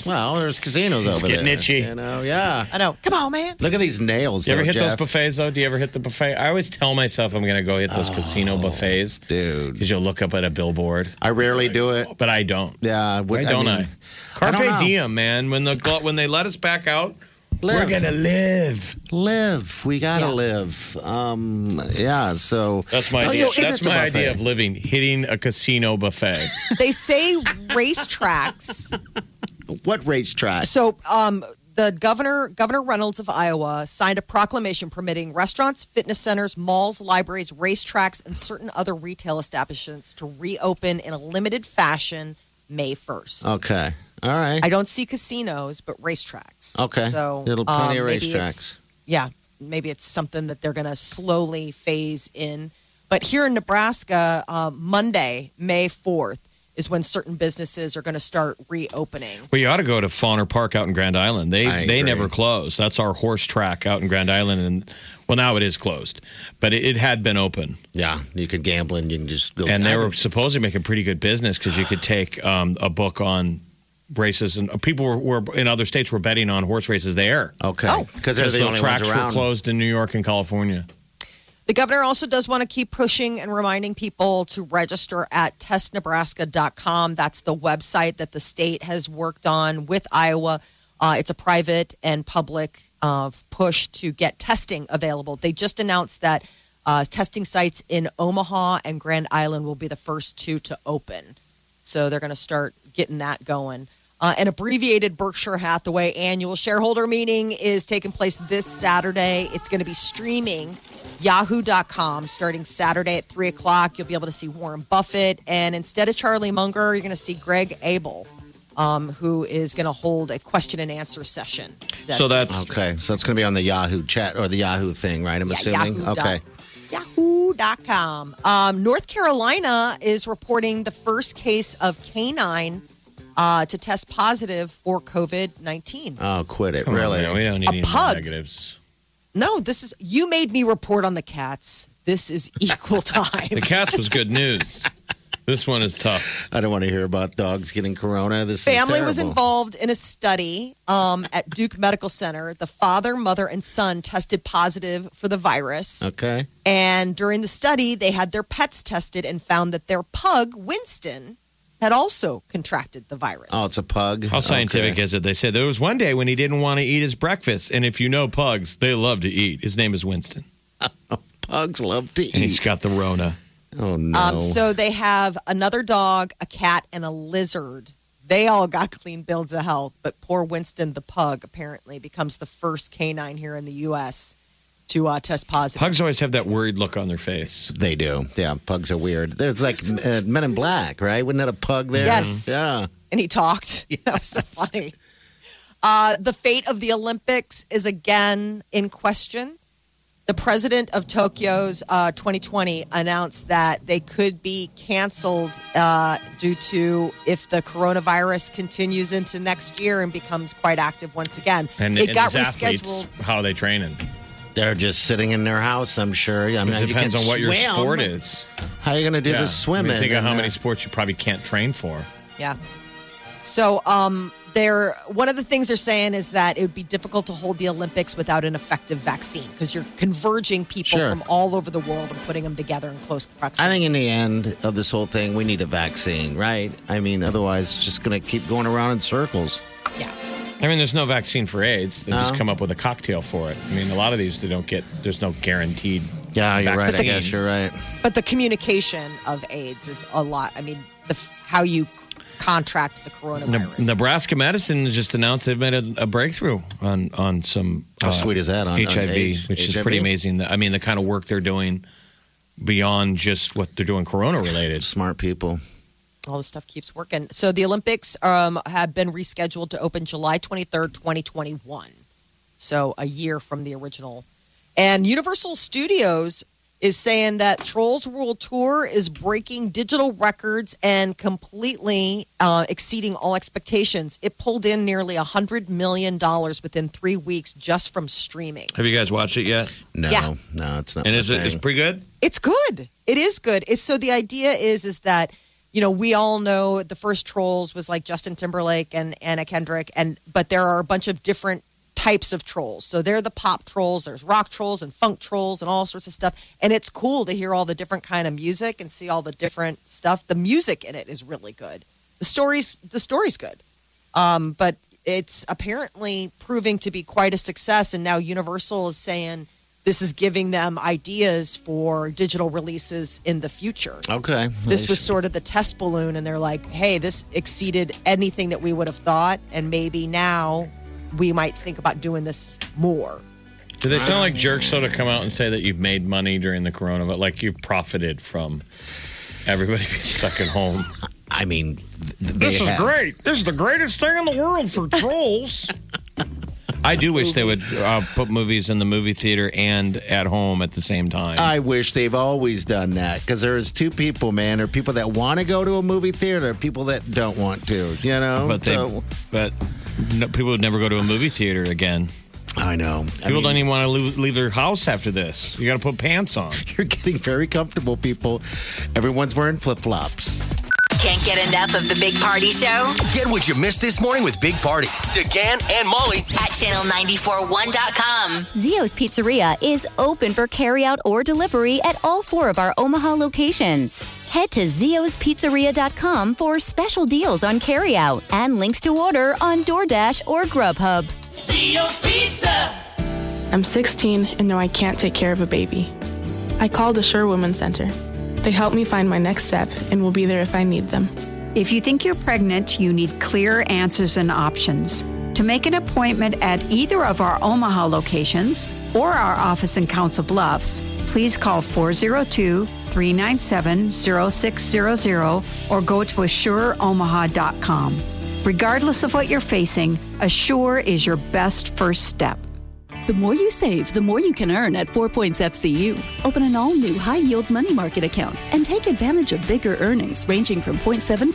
Speaker 5: Well, there's casinos over
Speaker 6: getting
Speaker 5: there.
Speaker 6: itchy.
Speaker 5: You know, yeah.
Speaker 4: I know. Come on, man.
Speaker 5: Look at these nails.
Speaker 6: You ever
Speaker 5: though,
Speaker 6: hit those
Speaker 5: Jeff.
Speaker 6: buffets though? Do you ever hit the buffet? I always tell myself I'm going to go hit
Speaker 5: Oh.
Speaker 6: those casino buffets
Speaker 5: Dude,
Speaker 6: because you'll look up at a billboard,
Speaker 5: I rarely do it.
Speaker 6: but I don't.
Speaker 5: Yeah, I would-
Speaker 6: Why don't I?
Speaker 5: mean, I
Speaker 6: Carpe
Speaker 5: don't know.
Speaker 6: diem, man. When the glo- when they let us back out,
Speaker 5: Live.
Speaker 7: We're gonna live.
Speaker 5: live. We gotta live. Um, yeah. So
Speaker 6: That's my
Speaker 4: Oh,
Speaker 6: idea.
Speaker 4: no, it's
Speaker 6: That's
Speaker 4: just
Speaker 6: my
Speaker 5: a
Speaker 6: idea
Speaker 5: buffet.
Speaker 6: of living, hitting a
Speaker 5: [LAUGHS]
Speaker 6: casino buffet.
Speaker 4: They say racetracks.
Speaker 5: what race track?
Speaker 4: So, um, the governor, Governor Reynolds of Iowa, signed a proclamation permitting restaurants, fitness centers, malls, libraries, racetracks, and certain other retail establishments to reopen in a limited fashion May 1st.
Speaker 5: Okay. All right.
Speaker 4: I don't see casinos, but racetracks.
Speaker 5: Okay.
Speaker 4: So,
Speaker 5: Little plenty
Speaker 4: um,
Speaker 5: of
Speaker 4: maybe it's-
Speaker 5: racetracks.
Speaker 4: Yeah. Maybe it's something that they're going to slowly phase in. But here in Nebraska, uh, Monday, May 4th, is when certain businesses are going to start reopening.
Speaker 6: Well, you ought to go to Fauner Park out in Grand Island. They
Speaker 5: I
Speaker 6: they
Speaker 5: agree.
Speaker 6: never close. That's our horse track out in Grand Island, and well, now it is closed, but it, it had been open,
Speaker 5: Yeah, you could gamble and you can just go.
Speaker 6: and they were supposedly making pretty good business because you could take um, a book on races, and uh, people were, were in other states were betting on horse races there
Speaker 5: okay because they're
Speaker 6: because
Speaker 5: the,
Speaker 6: the
Speaker 5: only
Speaker 6: tracks
Speaker 5: ones
Speaker 6: were
Speaker 5: around.
Speaker 6: closed in New York and California.
Speaker 4: The governor also does want to keep pushing and reminding people to register at testnebraska.com. That's the website that the state has worked on with Iowa. Uh, it's a private and public uh, push to get testing available. They just announced that uh, testing sites in Omaha and Grand Island will be the first two to open. So they're going to start getting that going. Uh, an abbreviated Berkshire Hathaway annual shareholder meeting is taking place this Saturday. It's going to be streaming yahoo.com starting Saturday at 3 o'clock. You'll be able to see Warren Buffett. And instead of Charlie Munger, you're going to see Greg Abel, um, who is going to hold a question and answer session.
Speaker 6: so that's
Speaker 5: Okay, so it's going to be on the Yahoo chat or the Yahoo thing, right? I'm assuming.
Speaker 4: Yahoo
Speaker 5: okay.
Speaker 4: Yahoo.com. Um, North Carolina is reporting the first case of canine uh, to test positive for COVID 19.
Speaker 5: Oh, quit it!
Speaker 6: Come on,
Speaker 5: really?
Speaker 6: man, we don't
Speaker 4: A
Speaker 6: need any more
Speaker 4: pug.
Speaker 6: negatives.
Speaker 4: No, this is, you made me report on the cats.
Speaker 5: [LAUGHS]
Speaker 4: This is equal time.
Speaker 6: The cats was good news. This one is tough.
Speaker 5: I don't want to hear about dogs getting corona. This
Speaker 4: Family
Speaker 5: is
Speaker 4: was
Speaker 5: terrible.
Speaker 4: involved in a study um, at Duke Medical Center. The father, mother, and son tested positive for the virus.
Speaker 5: Okay.
Speaker 4: And during the study, they had their pets tested and found that their pug, Winston, had also contracted the virus.
Speaker 5: Oh, it's a pug.
Speaker 6: How scientific
Speaker 5: Okay.
Speaker 6: is it? They said there was one day when he didn't want to eat his breakfast, and if you know pugs, they love to eat. His name is Winston,
Speaker 5: Pugs love to
Speaker 6: and he's
Speaker 5: eat.
Speaker 6: got the Rona.
Speaker 5: Oh no.
Speaker 4: Um, so they have another dog, a cat, and a lizard. They all got [LAUGHS] clean bills of health, but poor Winston the pug apparently becomes the first canine here in the U.S. to uh, test positive.
Speaker 6: Pugs always have that worried look on their face.
Speaker 5: they do. Yeah, pugs are weird. There's like uh, Men in Black, right? Wasn't that a pug there?
Speaker 4: Yes.
Speaker 5: Yeah.
Speaker 4: and he
Speaker 6: [LAUGHS]
Speaker 4: talked. That was so funny. Uh, the fate of the Olympics is again in question. The president of Tokyo's uh, 2020 announced that they could be canceled uh, due to if the coronavirus continues into next year and becomes quite active once again.
Speaker 6: And,
Speaker 4: it
Speaker 6: and
Speaker 4: got
Speaker 6: these athletes,
Speaker 4: rescheduled.
Speaker 6: how are they training?
Speaker 5: They're just sitting in their house. I'm sure. I mean,
Speaker 6: It
Speaker 5: you
Speaker 6: depends
Speaker 5: can
Speaker 6: on what your
Speaker 5: swim.
Speaker 6: sport is.
Speaker 5: How are you going to do
Speaker 6: Yeah.
Speaker 5: the swimming?
Speaker 6: I mean, think of
Speaker 5: and,
Speaker 6: how
Speaker 5: uh,
Speaker 6: many sports you probably can't train for.
Speaker 4: Yeah. So um, they're one of the things they're saying is that it would be difficult to hold the Olympics without an effective vaccine because you're converging people
Speaker 5: Sure.
Speaker 4: from all over the world and putting them together in close proximity.
Speaker 5: I think in the end of this whole thing, we need a vaccine, right? I mean, otherwise, it's just going to keep going around in circles.
Speaker 4: yeah.
Speaker 6: I mean, there's no vaccine for AIDS. They just come up with a cocktail for it. I mean, a lot of these they don't get. There's no guaranteed.
Speaker 5: Yeah, you're right. I
Speaker 6: vaccine.
Speaker 5: guess you're right.
Speaker 4: But the communication of AIDS is a lot. I mean, the f- how you contract the coronavirus.
Speaker 6: Nebraska Medicine has just announced they've made a, a breakthrough on on some. uh,
Speaker 5: How sweet is that on- on
Speaker 6: HIV,
Speaker 5: AIDS?
Speaker 6: which is
Speaker 5: HIV?
Speaker 6: pretty amazing. The- I mean, the kind of work they're doing beyond just what they're doing Corona related.
Speaker 5: Smart people.
Speaker 4: all this stuff keeps working. So the Olympics um, have been rescheduled to open July 23rd, 2021. So a year from the original. And Universal Studios is saying that Trolls World Tour is breaking digital records and completely uh, exceeding all expectations. It pulled in nearly $100 million within three weeks just from streaming.
Speaker 6: Have you guys watched it yet?
Speaker 5: No,
Speaker 4: Yeah.
Speaker 5: no, it's not.
Speaker 6: And
Speaker 5: my
Speaker 6: is it? It's
Speaker 5: thing.
Speaker 6: pretty good.
Speaker 4: It's good. It is good. It's so the idea is is that you know we all know the first trolls was like Justin Timberlake and Anna Kendrick, and but there are a bunch of different types of trolls. So there are the pop trolls, there's rock trolls and funk trolls and all sorts of stuff. And it's cool to hear all the different kind of music and see all the different stuff. The music in it is really good. The stories the story's good. Um, but it's apparently proving to be quite a success. And now Universal is saying this is giving them ideas for digital releases in the future.
Speaker 5: Okay.
Speaker 4: This was sort of the test balloon, and they're like, hey, this exceeded anything that we would have thought. And maybe now we might think about doing this more.
Speaker 6: Do they sound like jerks though to come out and say that you've made money during the corona, but like you've profited from everybody [LAUGHS] being stuck at home?
Speaker 5: I mean, th- they have-
Speaker 6: This is the greatest thing in the world for trolls. I do wish they would uh, put movies in the movie theater and at home at the same time.
Speaker 5: I wish they've always done that because there is two people, man. There are people that want to go to a movie theater, people that don't want to. You know,
Speaker 6: but they,
Speaker 5: So-
Speaker 6: but no, people would never go to a movie theater again.
Speaker 5: I know. I
Speaker 6: People
Speaker 5: mean,
Speaker 6: don't even want to leave, leave their house after this. You got to put pants on.
Speaker 5: You're getting very comfortable, people. Everyone's wearing flip flops.
Speaker 3: Can't get enough of the Big Party Show
Speaker 2: Get what you missed this morning with Big Party, DeGan and Molly.
Speaker 3: at channel941.com.
Speaker 8: Zio's Pizzeria is open for carryout or delivery at all four of our Omaha locations. Head to zio'spizzeria.com for special deals on carryout and links to order on DoorDash or Grubhub.
Speaker 2: Zio's Pizza.
Speaker 7: I'm 16 and know I can't take care of a baby. I called the Sure Women Center. They help me find my next step and will be there if I need them.
Speaker 9: If you think you're pregnant, you need clear answers and options. To make an appointment at either of our Omaha locations or our office in Council Bluffs, please call 402 397 0600 or go to AssureOmaha.com. Regardless of what you're facing, Assure is your best first step.
Speaker 10: The more you save, the more you can earn at Four Points FCU. Open an all new high yield money market account and take advantage of bigger earnings ranging from 0.75%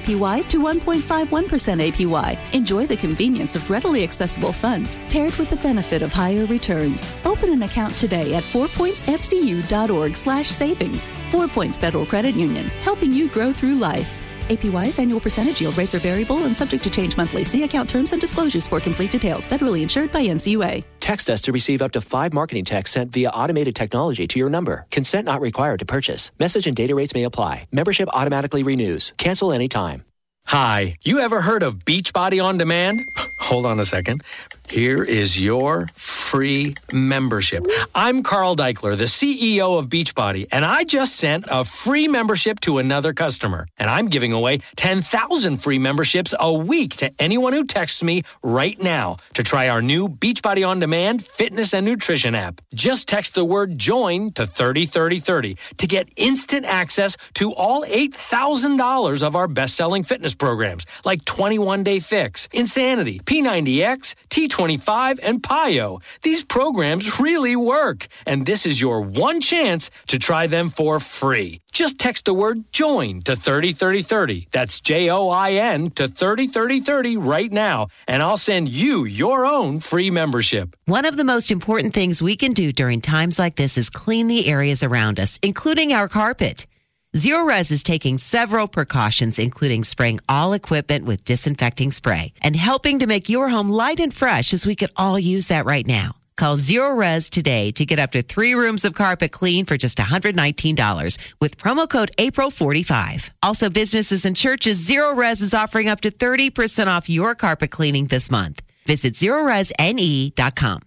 Speaker 10: APY to 1.51% APY. Enjoy the convenience of readily accessible funds paired with the benefit of higher returns. Open an account today at fourpointsfcu.org slash savings. Four Points Federal Credit Union, helping you grow through life. APY's annual percentage yield rates are variable and subject to change monthly. See account terms and disclosures for complete details. Federally insured by NCUA.
Speaker 11: Text us to receive up to five marketing texts sent via automated technology to your number. Consent not required to purchase. Message and data rates may apply. Membership automatically renews. Cancel anytime. Hi, you ever heard of Beachbody on Demand? [LAUGHS] Hold on a second. Here is your free membership. I'm Carl Deichler, the CEO of Beachbody, and I just sent a free membership to another customer. And I'm giving away 10,000 free memberships a week to anyone who texts me right now to try our new Beachbody On Demand fitness and nutrition app. Just text the word join to 303030 to get instant access to all $8,000 of our best selling fitness programs like 21 Day Fix, Insanity, P90X, T25, and Pio. These programs really work, and this is your one chance to try them for free. Just text the word join to 303030. That's J O I N to 303030 right now, and I'll send you your own free membership.
Speaker 10: One of the most important things we can do during times like this is clean the areas around us, including our carpet. Zero Res is taking several precautions, including spraying all equipment with disinfecting spray and helping to make your home light and fresh as we could all use that right now. Call Zero Res today to get up to three rooms of carpet clean for just $119 with promo code APRIL45. Also, businesses and churches, Zero Res is offering up to 30% off your carpet cleaning this month. Visit E ZeroResNE.com.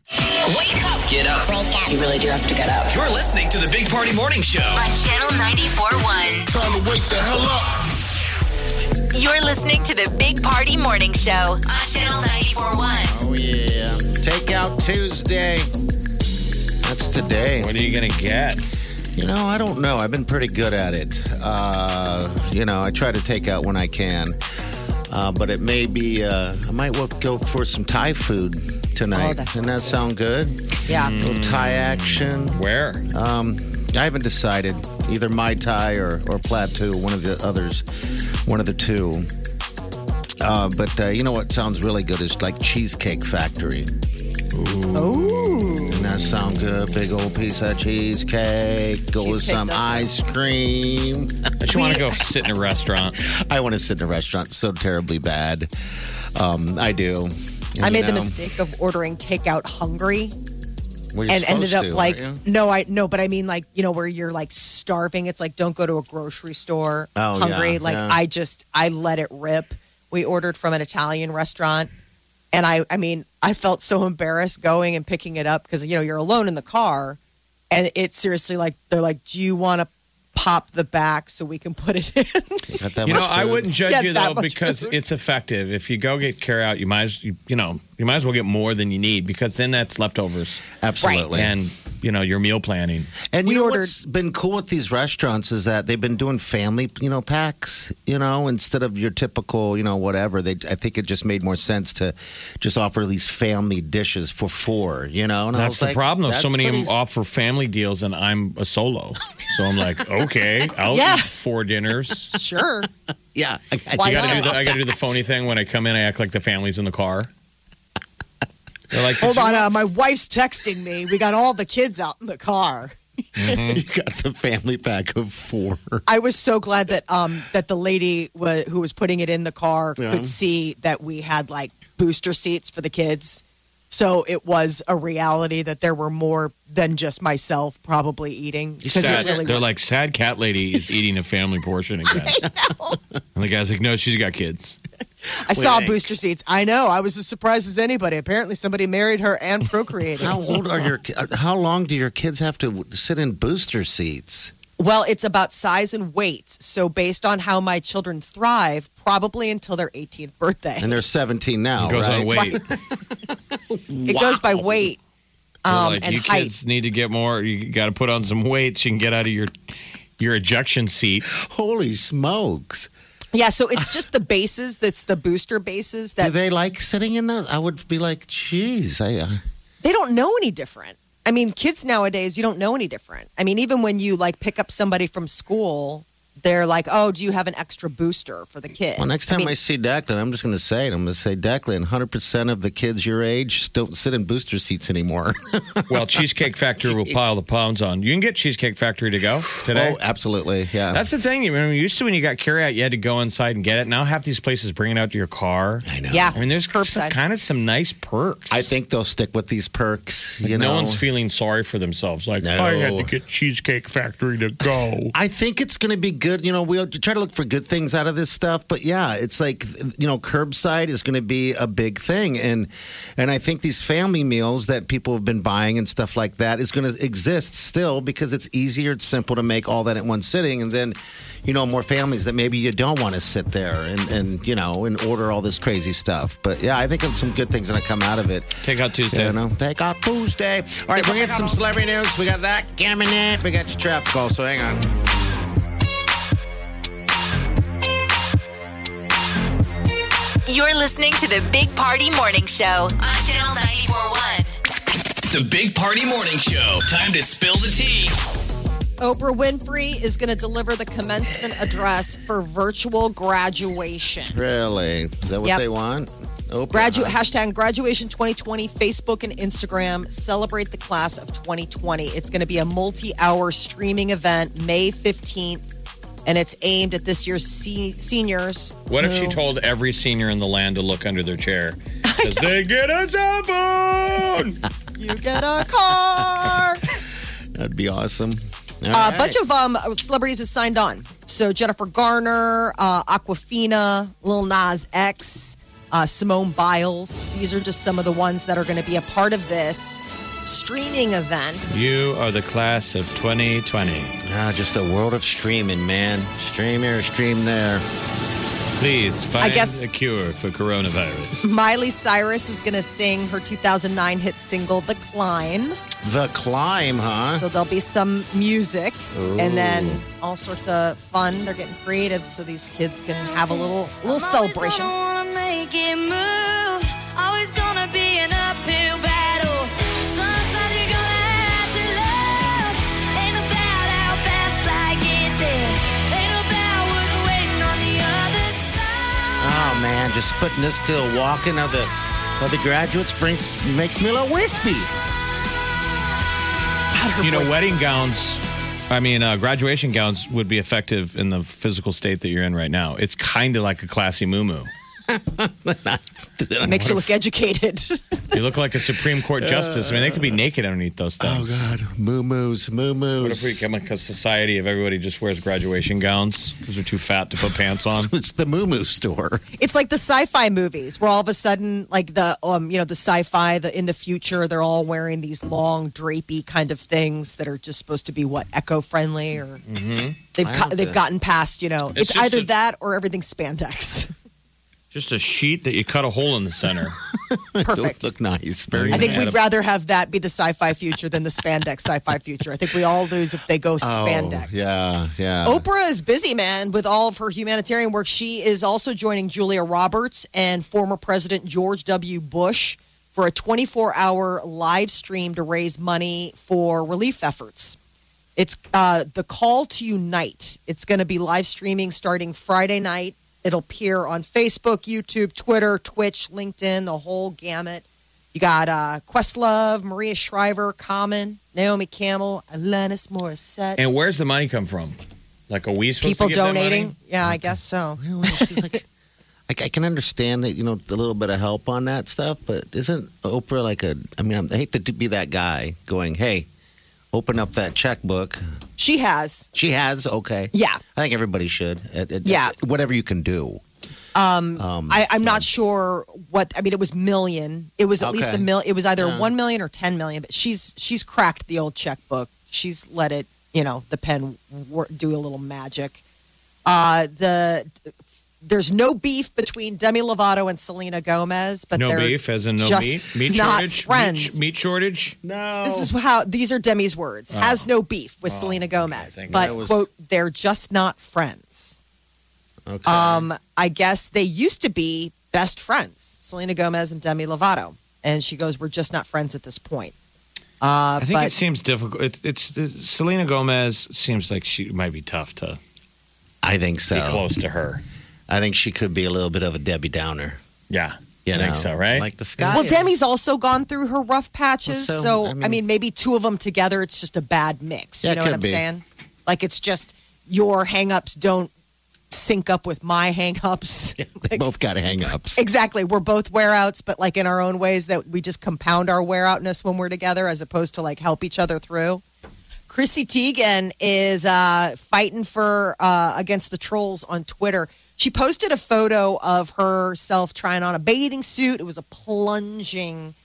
Speaker 3: Wake up
Speaker 2: Get up.
Speaker 3: You really do have to get up.
Speaker 2: You're listening to the Big Party Morning Show.
Speaker 3: on channel 94.1.
Speaker 12: Time to wake the hell up.
Speaker 3: You're listening to the Big Party Morning Show on channel 94.1.
Speaker 5: Oh yeah, Takeout Tuesday. That's today.
Speaker 6: What are you going to get?
Speaker 5: You know, I don't know. I've been pretty good at it. Uh, you know, I try to take out when I can. Uh, but it may be, uh, I might well go for some Thai food tonight.
Speaker 4: Oh, that
Speaker 5: Doesn't that sound good? A
Speaker 4: Yeah.
Speaker 5: little Thai action.
Speaker 6: Where?
Speaker 5: Um, I haven't decided. Either Mai Tai or, or Plateau, one of the others, one of the two. Uh, but uh, you know what sounds really good is like Cheesecake Factory.
Speaker 4: Ooh.
Speaker 5: And that sound good? Big old piece of cheesecake. Go with
Speaker 4: Cheesecake
Speaker 5: some
Speaker 4: does sound-
Speaker 5: ice cream.
Speaker 6: I
Speaker 5: [LAUGHS]
Speaker 6: just want to go sit in a restaurant.
Speaker 5: I want to sit in a restaurant so terribly bad. Um, I do.
Speaker 4: I
Speaker 5: You
Speaker 4: made the
Speaker 5: know,
Speaker 4: mistake of ordering takeout hungry
Speaker 5: well, you're
Speaker 4: and ended
Speaker 5: supposed
Speaker 4: up
Speaker 5: to,
Speaker 4: like
Speaker 5: aren't you?
Speaker 4: no, I no, but I mean like you know where you're like starving. It's like don't go to a grocery store
Speaker 5: Oh, yeah,
Speaker 4: hungry. like
Speaker 5: yeah.
Speaker 4: I just I let it rip. We ordered from an Italian restaurant And I, I mean, I felt so embarrassed going and picking it up because, you know, you're alone in the car. And it's seriously like, they're like, do you want to pop the back so we can put it in? [LAUGHS]
Speaker 6: you know,
Speaker 4: much
Speaker 6: I
Speaker 4: food.
Speaker 6: wouldn't judge
Speaker 4: Yeah,
Speaker 6: you
Speaker 4: that
Speaker 6: though
Speaker 4: much
Speaker 6: because
Speaker 4: food.
Speaker 6: it's effective. If you go get carry out, you might as you, you know you might as well get more than you need because then that's leftovers.
Speaker 5: Absolutely.
Speaker 6: and you know your meal planning.
Speaker 5: And you know what's been cool with these restaurants is that they've been doing family, you know, packs, you know, instead of your typical, you know, whatever. They, I think it just made more sense to just offer these family dishes for four, you know. And I was
Speaker 6: that's the
Speaker 5: like,
Speaker 6: problem.
Speaker 5: that's
Speaker 6: so many of
Speaker 5: pretty-
Speaker 6: them offer family deals, and I'm a solo. So
Speaker 4: [LAUGHS]
Speaker 6: I'm like, okay, I'll
Speaker 4: Yeah.
Speaker 6: eat four dinners.
Speaker 4: sure.
Speaker 5: Yeah. I,
Speaker 6: I gotta do the, I gotta do the phony thing when I come in. I act like the family's in the car. They're like,
Speaker 4: Hold on, uh, my wife's texting me. We got all the kids out in the car.
Speaker 5: [LAUGHS] you got the family pack of four.
Speaker 4: I was so glad that um that the lady wa- who was putting it in the car
Speaker 5: Yeah.
Speaker 4: could see that we had like booster seats for the kids. So it was a reality that there were more than just myself probably eating because
Speaker 6: Sad-
Speaker 4: it really
Speaker 6: they're
Speaker 4: was.
Speaker 6: like sad cat lady is eating a family
Speaker 4: [LAUGHS]
Speaker 6: portion again. And the guy's like, no, she's got kids.
Speaker 4: I saw
Speaker 6: Wait.
Speaker 4: booster seats. I know. I was as surprised as anybody. Apparently, somebody married her and procreated.
Speaker 5: How old are your? ki- How long do your kids have to sit in booster seats?
Speaker 4: [LAUGHS] Well, it's about size and weight. So based on how my children thrive, probably until their 18th birthday.
Speaker 5: And they're 17 now.
Speaker 6: It goes
Speaker 5: right?
Speaker 6: on weight.
Speaker 4: It goes by weight
Speaker 6: They're
Speaker 4: um,
Speaker 6: like,
Speaker 4: and
Speaker 6: you
Speaker 4: height.
Speaker 6: kids need to get more. You got to put on some weight. so You can get out of your your ejection seat.
Speaker 5: Holy smokes!
Speaker 4: Yeah, so it's just the bases. That's the booster bases
Speaker 5: Do
Speaker 4: that
Speaker 5: they like sitting in those? I would be like, geez, I. Uh,
Speaker 4: they don't know any different. I mean, kids nowadays, you don't know any different. I mean, even when you like pick up somebody from school, they're like, "Oh, do you have an extra booster for the kid?"
Speaker 5: Well, next time I,
Speaker 4: mean,
Speaker 5: see Declan, I'm just going to say it. I'm going to say, Declan, 100% of the kids your age don't sit in booster seats anymore.
Speaker 4: [LAUGHS]
Speaker 6: Well, Cheesecake Factory will pile the pounds on. You can get Cheesecake Factory to go today.
Speaker 5: [LAUGHS] Oh, absolutely. Yeah.
Speaker 6: That's the thing. You remember, used to when you got carryout, you had to go inside and get it. Now half these places bring it out to your car. I know.
Speaker 4: Yeah,
Speaker 6: I mean, there's kind of some nice perks.
Speaker 5: I think they'll stick with these perks. You know,
Speaker 6: no one's feeling sorry for themselves. Like
Speaker 5: No.
Speaker 6: I had to get Cheesecake Factory to go.
Speaker 5: I think it's going to be good. You know, we try to look for good things out of this stuff, but yeah, it's like you know, curbside is going to be a big thing, and and I think these family meals that people have been buying and stuff like that is going to exist still because it's easier, it's simple to make all that in one sitting, and then you know, more families that maybe you don't want to sit there and and you know, and order all this crazy stuff. But yeah, I think some good things going to come out of it.
Speaker 6: Take out Tuesday.
Speaker 5: You know, take out Tuesday. All right, we got some celebrity news. We got that coming in. We got your traffic call. So hang on.
Speaker 3: You're listening to the Big Party Morning Show on Channel 941.
Speaker 13: The Big Party Morning Show. Time to spill the tea.
Speaker 4: Oprah Winfrey is going to deliver the commencement address for virtual graduation.
Speaker 5: Really? Is that what
Speaker 4: Yep.
Speaker 5: they want? Oprah,
Speaker 4: Gradu-
Speaker 5: huh?
Speaker 4: hashtag graduation 2020 facebook and instagram celebrate the class of 2020 it's going to be a multi-hour streaming event may 15th and it's aimed at this year's se- seniors
Speaker 6: What if she
Speaker 4: who-
Speaker 6: told every senior in the land to look under their
Speaker 5: [LAUGHS]
Speaker 6: chair? Because they get a cell phone.
Speaker 4: you get a car
Speaker 5: That'd be awesome. All
Speaker 4: a
Speaker 5: right.
Speaker 4: bunch of um, celebrities have signed on. So Jennifer Garner, uh, Aquafina, Lil Nas X, uh, Simone Biles. These are just some of the ones that are going to be a part of this streaming event.
Speaker 6: You are the class of 2020.
Speaker 5: Ah, just a world of streaming, man. Stream here, stream there.
Speaker 6: Please find
Speaker 4: guess-
Speaker 6: a cure for
Speaker 5: [LAUGHS]
Speaker 6: coronavirus.
Speaker 4: Miley Cyrus is going to sing her 2009 hit single, The Climb.
Speaker 5: The climb, huh?
Speaker 4: So there'll be some music and then
Speaker 5: Ooh.
Speaker 4: all sorts of fun. They're getting creative so these kids can have a little little celebration.
Speaker 2: Gonna make it move. Always gonna be an uphill battle. Sometimes you're gonna have to lose. Ain't about how fast I get there. Ain't about what's waiting on the other side.
Speaker 5: Oh man, just putting this till walking of the of the graduates brings makes me a little wispy.
Speaker 6: you know,
Speaker 5: voice is-
Speaker 6: wedding gowns. I mean, uh, graduation gowns would be effective in the physical state that you're in right now. It's kind of like a classy moo
Speaker 4: Makes you look educated. [LAUGHS]
Speaker 6: You look like a Supreme
Speaker 5: [LAUGHS]
Speaker 6: Court justice. I mean, they could be naked underneath those things.
Speaker 5: Oh God, moo moos, moo moos.
Speaker 6: What if we become like a society of everybody just wears graduation gowns because we're too fat to put pants on?
Speaker 5: [LAUGHS] it's the moo moo store.
Speaker 4: It's like the sci-fi movies where all of a sudden, like the um, you know, the sci-fi, the in the future, they're all wearing these long, drapey kind of things that are just supposed to be what eco-friendly or
Speaker 6: Mm-hmm.
Speaker 4: they've co- they've gotten past. You know,
Speaker 6: It's
Speaker 4: it's,
Speaker 6: just
Speaker 4: either
Speaker 6: a-
Speaker 4: that or everything's spandex.
Speaker 6: Just a sheet that you cut a hole in the center.
Speaker 4: Perfect.
Speaker 5: [LAUGHS] Look nice. Very.
Speaker 4: I think
Speaker 5: nice.
Speaker 4: we'd rather have that be the sci-fi future than the spandex sci-fi future. I think we all lose if they go
Speaker 5: Oh,
Speaker 4: spandex.
Speaker 5: Yeah, yeah.
Speaker 4: Oprah is busy, man, with all of her humanitarian work. She is also joining Julia Roberts and former President George W. Bush for a 24 hour live stream to raise money for relief efforts. It's uh, the call to unite. It's going to be live streaming starting Friday night. It'll appear on Facebook, YouTube, Twitter, Twitch, LinkedIn, the whole gamut. You got uh, Questlove, Maria Shriver, Common, Naomi Campbell, Alanis Morissette
Speaker 6: And where's the money come from? Like, are we supposed
Speaker 4: people
Speaker 6: to get that money?
Speaker 4: donating. Yeah, I guess so.
Speaker 5: I, I can understand that you know a little bit of help on that stuff, but isn't Oprah like a? I mean, I hate to be that guy going, "Hey, open up that checkbook."
Speaker 4: she has.
Speaker 5: She has okay.
Speaker 4: Yeah.
Speaker 5: I think everybody should. It- it-
Speaker 4: Yeah.
Speaker 5: whatever you can do.
Speaker 4: Um,
Speaker 5: Um,
Speaker 4: I, I'm not sure what. I mean, it was million. It was at least
Speaker 5: Okay.
Speaker 4: a mil. It was either
Speaker 5: Yeah.
Speaker 4: one million or ten million. But she's she's cracked the old checkbook. She's let it. You know, the pen wor- do a little magic. Uh, the there's no beef between Demi Lovato and Selena Gomez, but
Speaker 6: no
Speaker 4: they're
Speaker 6: beef, as in no
Speaker 4: just
Speaker 6: meat? Meat
Speaker 4: not
Speaker 6: shortage? Meat-
Speaker 4: friends.
Speaker 6: Meat, shortage? No.
Speaker 4: This is how these are Demi's words. Has
Speaker 6: Oh.
Speaker 4: no beef with Selena Gomez,
Speaker 5: thank
Speaker 4: but
Speaker 5: God.
Speaker 4: quote, they're just not friends.
Speaker 5: Okay.
Speaker 4: Um, I guess they used to be best friends, Selena Gomez and Demi Lovato, and she goes, "We're just not friends at this point." Uh,
Speaker 6: I think
Speaker 4: but
Speaker 6: it seems difficult. It, it's it, Selena Gomez seems like she might be tough to
Speaker 5: I think so.
Speaker 6: be close to her.
Speaker 5: I think she could be a little bit of a Debbie Downer.
Speaker 6: Yeah,
Speaker 5: You
Speaker 6: I
Speaker 5: know,
Speaker 6: think so, right?
Speaker 5: Like the sky.
Speaker 4: well,
Speaker 5: is-
Speaker 4: Demi's also gone through her rough patches,
Speaker 5: Well, so,
Speaker 4: so,
Speaker 5: I
Speaker 4: I, mean,
Speaker 5: mean-
Speaker 4: maybe two of them together, it's just a bad mix.
Speaker 5: Yeah,
Speaker 4: you
Speaker 5: it
Speaker 4: know what
Speaker 5: could
Speaker 4: I'm
Speaker 5: be.
Speaker 4: saying? Like it's just your hangups don't sync up with my hangups.
Speaker 5: [LAUGHS] They both got hang ups.
Speaker 4: Exactly. We're both wear outs, but like in our own ways that we just compound our wear outness when we're together as opposed to like help each other through. Chrissy Teigen is uh, fighting for uh, against the trolls on Twitter. She posted a photo of herself trying on a bathing suit. It was a plunging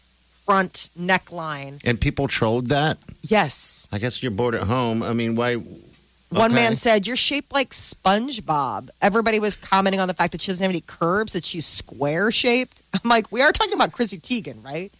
Speaker 4: front neckline.
Speaker 5: And people trolled that.
Speaker 4: Yes.
Speaker 5: I guess you're bored at home. I mean, why?
Speaker 4: One
Speaker 5: Okay.
Speaker 4: man said, You're shaped like SpongeBob. Everybody was commenting on the fact that she doesn't have any curves, that she's square shaped. [LAUGHS] I'm like, We are talking about Chrissy Teigen, right?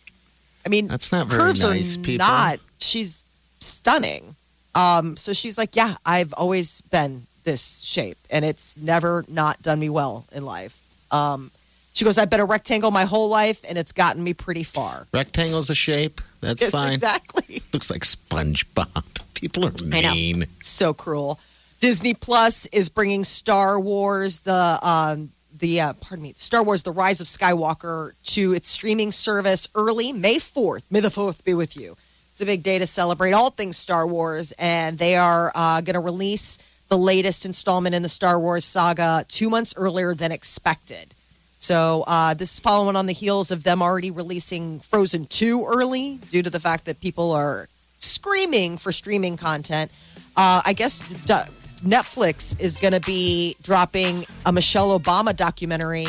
Speaker 4: I mean,
Speaker 5: That's not very
Speaker 4: curves
Speaker 5: nice,
Speaker 4: are
Speaker 5: people.
Speaker 4: not. She's stunning. Um, so she's like, Yeah, I've always been this shape, and it's never not done me well in life. Um, she goes, I've been a rectangle my whole life, and it's gotten me pretty far. [LAUGHS]
Speaker 5: Rectangle's a shape. That's
Speaker 4: Yes,
Speaker 5: fine.
Speaker 4: exactly.
Speaker 5: Looks like SpongeBob. People are
Speaker 4: I know.
Speaker 5: mean.
Speaker 4: so cruel. Disney Plus is bringing Star Wars the um, the uh, pardon me Star Wars the Rise of Skywalker to its streaming service early May fourth. May the fourth be with you. It's a big day to celebrate all things Star Wars, and they are uh, going to release the latest installment in the Star Wars saga two months earlier than expected. So uh, this is following on the heels of them already releasing Frozen 2 early due to the fact that people are screaming for streaming content. Uh, I guess du- Netflix is going to be dropping a Michelle Obama documentary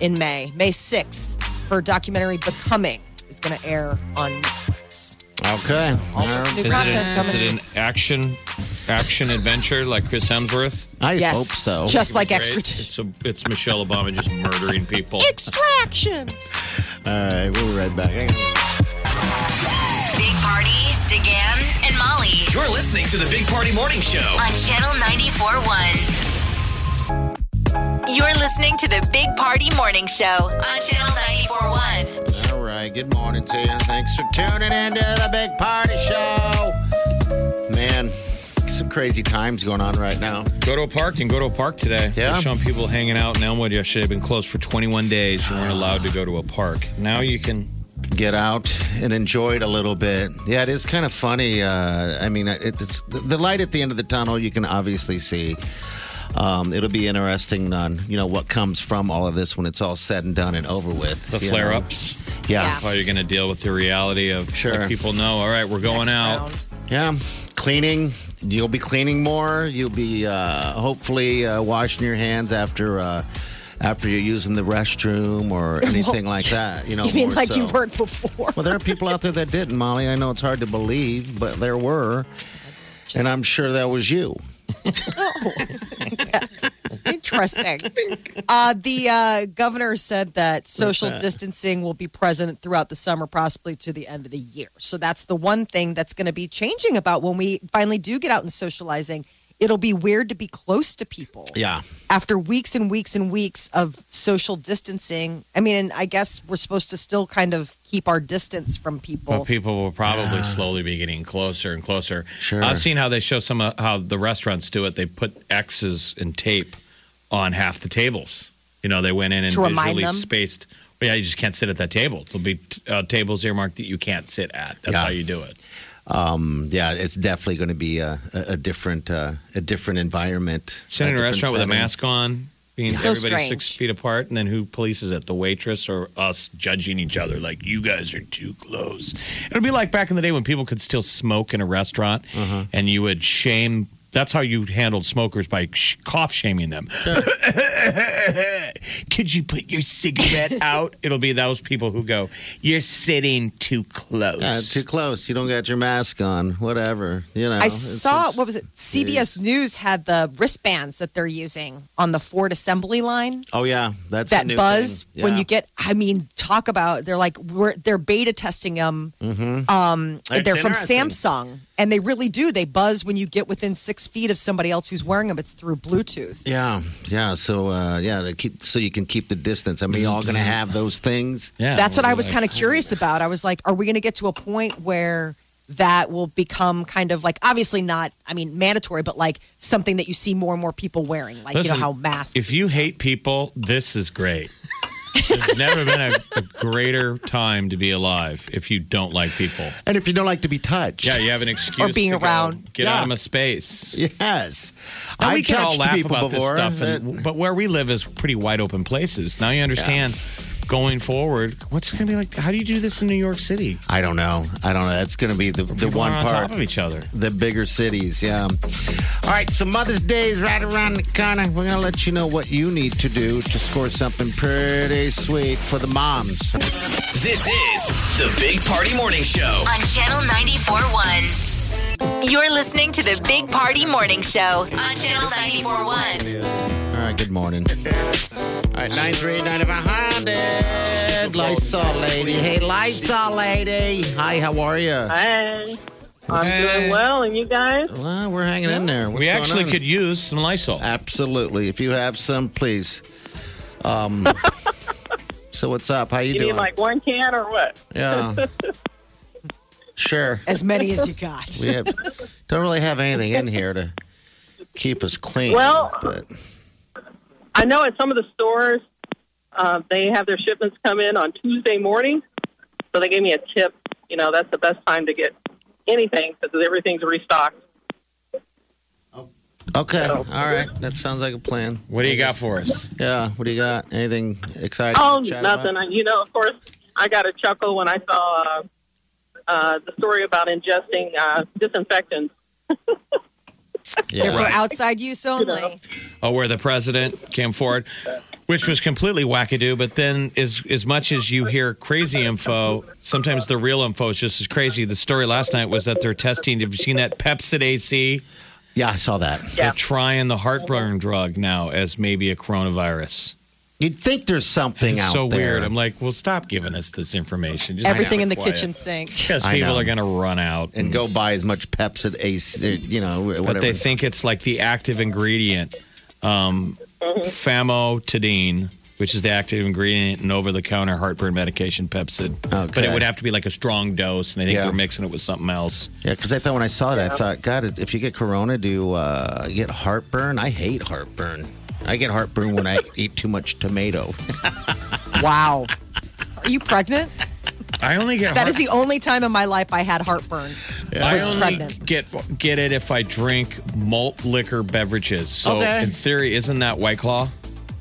Speaker 4: in May, May 6th. Her documentary Becoming is going to air on Netflix.
Speaker 5: Okay.
Speaker 4: Also,
Speaker 5: All
Speaker 4: new
Speaker 5: right.
Speaker 6: Is it an-
Speaker 4: content
Speaker 6: is
Speaker 4: coming.
Speaker 6: it an action action adventure like Chris Hemsworth?
Speaker 5: I
Speaker 4: Yes.
Speaker 5: hope so.
Speaker 4: Just like
Speaker 6: Right?
Speaker 4: extra
Speaker 6: It's, a, it's Michelle Obama just murdering people.
Speaker 4: extraction.
Speaker 5: All right. We'll be right back. Hang on.
Speaker 3: Big Party, DeGan, and Molly
Speaker 13: You're listening to the Big Party Morning Show.
Speaker 3: on Channel 94.1. You're listening to the Big Party Morning Show on Channel 94.1.
Speaker 5: All right. Good morning to you. Thanks for tuning in to the Big Party Show. Man, some crazy times going on right now.
Speaker 6: Go to a park and go to a park today.
Speaker 5: Yeah.
Speaker 6: They're showing people hanging out in Elmwood yesterday. They've been closed for 21 days. You weren't allowed to go to a park. Now you can.
Speaker 5: Get out and enjoy it a little bit. Yeah, it is kind of funny. Uh, I mean, it, it's the light at the end of the tunnel. You can obviously see. Um, it'll be interesting on you know what comes from all of this when it's all said and done and over with.
Speaker 6: The
Speaker 5: you know?
Speaker 6: flare ups.
Speaker 5: Yeah.
Speaker 6: How you're going to deal with the reality of
Speaker 5: Sure.
Speaker 6: like, people know, all right, we're going out.
Speaker 5: Yeah, cleaning. You'll be cleaning more. You'll be uh, hopefully uh, washing your hands after uh, after you're using the restroom
Speaker 4: [LAUGHS]
Speaker 5: or anything like that. You know,
Speaker 4: you mean
Speaker 5: more
Speaker 4: like you
Speaker 5: so.
Speaker 4: weren't before?
Speaker 5: Well, there are people out there that didn't, Molly. I know it's hard to believe, but there were, and I'm sure that was you. [LAUGHS]
Speaker 4: Interesting. Uh, the uh, governor said that social
Speaker 5: that.
Speaker 4: distancing will be present throughout the summer, possibly to the end of the year. So that's the one thing that's going to be changing about when we finally do get out and socializing. It'll be weird to be close to people
Speaker 5: Yeah.
Speaker 4: after weeks and weeks and weeks of social distancing. I mean, and I guess we're supposed to still kind of keep our distance from people.
Speaker 6: But people will probably slowly be getting closer and closer. Sure. I've seen how they show some of how the restaurants do it. They put X's and tape on half the tables. You know, they went in and
Speaker 4: To remind
Speaker 6: visually
Speaker 4: them?
Speaker 6: spaced. Well, yeah, you just can't sit at that table. There'll be uh, tables earmarked that you can't sit at. That's
Speaker 5: Yeah.
Speaker 6: how you do it.
Speaker 5: Um, yeah, it's definitely going to be a, a, a different uh, a different environment.
Speaker 6: Sitting in a
Speaker 5: different
Speaker 6: restaurant with a
Speaker 5: setting.
Speaker 6: mask on, being
Speaker 5: So
Speaker 6: everybody six feet apart, and then who polices it? The waitress or us judging each other? Like you guys are too close. It'll be like back in the day when people could still smoke in a restaurant,
Speaker 5: Uh-huh.
Speaker 6: and you would shame. That's how you handled smokers by sh- cough shaming them. [LAUGHS] Could you put your cigarette out? It'll be those people who go, "You're sitting too close."
Speaker 5: Yeah, too close. You don't got your mask on. Whatever. You know.
Speaker 4: I
Speaker 5: it's-
Speaker 4: saw
Speaker 5: it's-
Speaker 4: what was it? CBS News had the wristbands that they're using on the Ford assembly line.
Speaker 5: Oh yeah, that's
Speaker 4: that
Speaker 5: the new
Speaker 4: buzz
Speaker 5: thing.
Speaker 4: when
Speaker 5: Yeah.
Speaker 4: you get. I mean, talk about they're like we're they're beta testing them.
Speaker 5: Mhm.
Speaker 4: Um,
Speaker 5: That's
Speaker 4: they're from
Speaker 5: interesting.
Speaker 4: Samsung, and they really do. They buzz when you get within six feet of somebody else who's wearing them. It's through Bluetooth.
Speaker 5: Yeah, yeah. So uh, yeah, to keep so you can keep the distance. I mean, you all gonna have those things.
Speaker 6: Yeah,
Speaker 4: That's what I was kind of curious about. I was like, are we going to get to a point where that will become kind of like obviously not I mean mandatory, but like something that you see more and more people wearing, like you
Speaker 6: Listen,
Speaker 4: know how masks.
Speaker 6: If you hate people, this is great. There's never been a, a greater time to be alive if you don't like people.
Speaker 5: And if you don't like to be touched,
Speaker 6: Yeah, you have an excuse
Speaker 5: Or being
Speaker 6: to go
Speaker 5: around.
Speaker 6: get
Speaker 5: Yeah.
Speaker 6: out of my space.
Speaker 5: [LAUGHS] Yes,
Speaker 6: Now, we
Speaker 5: I've
Speaker 6: can all
Speaker 5: touched
Speaker 6: laugh
Speaker 5: people
Speaker 6: about
Speaker 5: before, uh,
Speaker 6: this stuff, and, but where we live is pretty wide open places. Now you understand. Going forward, what's going to be like? How do you do this in New York City?
Speaker 5: I don't know. I don't know. That's going to be the, the
Speaker 6: People
Speaker 5: one
Speaker 6: are on
Speaker 5: part
Speaker 6: top of each other.
Speaker 5: The bigger cities, yeah. All right, so Mother's Day is right around the corner. We're going to let you know what you need to do to score something pretty sweet for the moms.
Speaker 13: This is the Big Party Morning Show.
Speaker 3: On Channel 94.1. You're listening to the Big Party Morning Show. On Channel 94.1.
Speaker 5: All right, good morning. All right, 939 Lysol Lady. Hey, Lysol Lady. Hi, how are you?
Speaker 14: Hey. I'm
Speaker 5: Hey.
Speaker 14: doing well, and you guys?
Speaker 5: Well, we're hanging in there. What's
Speaker 6: we
Speaker 5: going
Speaker 6: actually
Speaker 5: on?
Speaker 6: could use some Lysol.
Speaker 5: Absolutely. If you have some, please. Um,
Speaker 14: [LAUGHS]
Speaker 5: so what's up? How you,
Speaker 14: You,
Speaker 5: doing?
Speaker 14: need like one can or what?
Speaker 5: yeah. Sure.
Speaker 4: [LAUGHS] as many as you got.
Speaker 5: We
Speaker 14: [LAUGHS]
Speaker 5: have, don't really have anything in here to keep us clean.
Speaker 14: Well-
Speaker 5: but
Speaker 14: I know at some of the stores, uh, they have their shipments come in on Tuesday morning. So they gave me a tip. You know, that's the best time to get anything because everything's restocked.
Speaker 5: okay, all right. That sounds like a plan.
Speaker 6: What do you got for us?
Speaker 5: Yeah. What do you got? Anything exciting?
Speaker 14: Oh,
Speaker 5: to chat
Speaker 14: nothing.
Speaker 5: about?
Speaker 14: I, you know, of course, I got a chuckle when I saw uh, uh, the story about ingesting uh, disinfectants.
Speaker 4: They're for outside use only.
Speaker 6: Oh, where the president came forward, which was completely wackadoo. But then, as as much as you hear crazy info, sometimes the real info is just as crazy. The story last night was that they're testing. Have you seen that Pepsid AC?
Speaker 5: Yeah, I saw that.
Speaker 6: They're trying the heartburn drug now as maybe a coronavirus.
Speaker 5: You'd think there's something
Speaker 6: it's
Speaker 5: out
Speaker 6: so
Speaker 5: there.
Speaker 6: weird. I'm like, well, stop giving us this information. Just
Speaker 4: Everything
Speaker 6: keep
Speaker 4: in the
Speaker 6: it quiet.
Speaker 4: kitchen sink.
Speaker 6: [LAUGHS] Because
Speaker 5: I
Speaker 6: people
Speaker 5: know.
Speaker 6: are going to run out.
Speaker 5: and go buy as much Pepsi Ace, you know, whatever.
Speaker 6: But they think it's like the active ingredient, um, famotidine, which is the active ingredient in over-the-counter heartburn medication, Pepsid. But it would have to be like a strong dose, and I think
Speaker 5: Yeah.
Speaker 6: they're mixing it with something else.
Speaker 5: yeah, because I thought when I saw it, I thought, God, if you get Corona, do you uh, get heartburn? I hate heartburn. I get heartburn when
Speaker 6: [LAUGHS]
Speaker 5: I eat too much tomato.
Speaker 4: wow. Are you pregnant?
Speaker 6: I only get
Speaker 4: That is the only time in my life I had heartburn.
Speaker 6: I
Speaker 4: was
Speaker 6: only
Speaker 4: pregnant.
Speaker 6: get get it if I drink malt liquor beverages. So
Speaker 4: Okay.
Speaker 6: in theory, isn't that White Claw?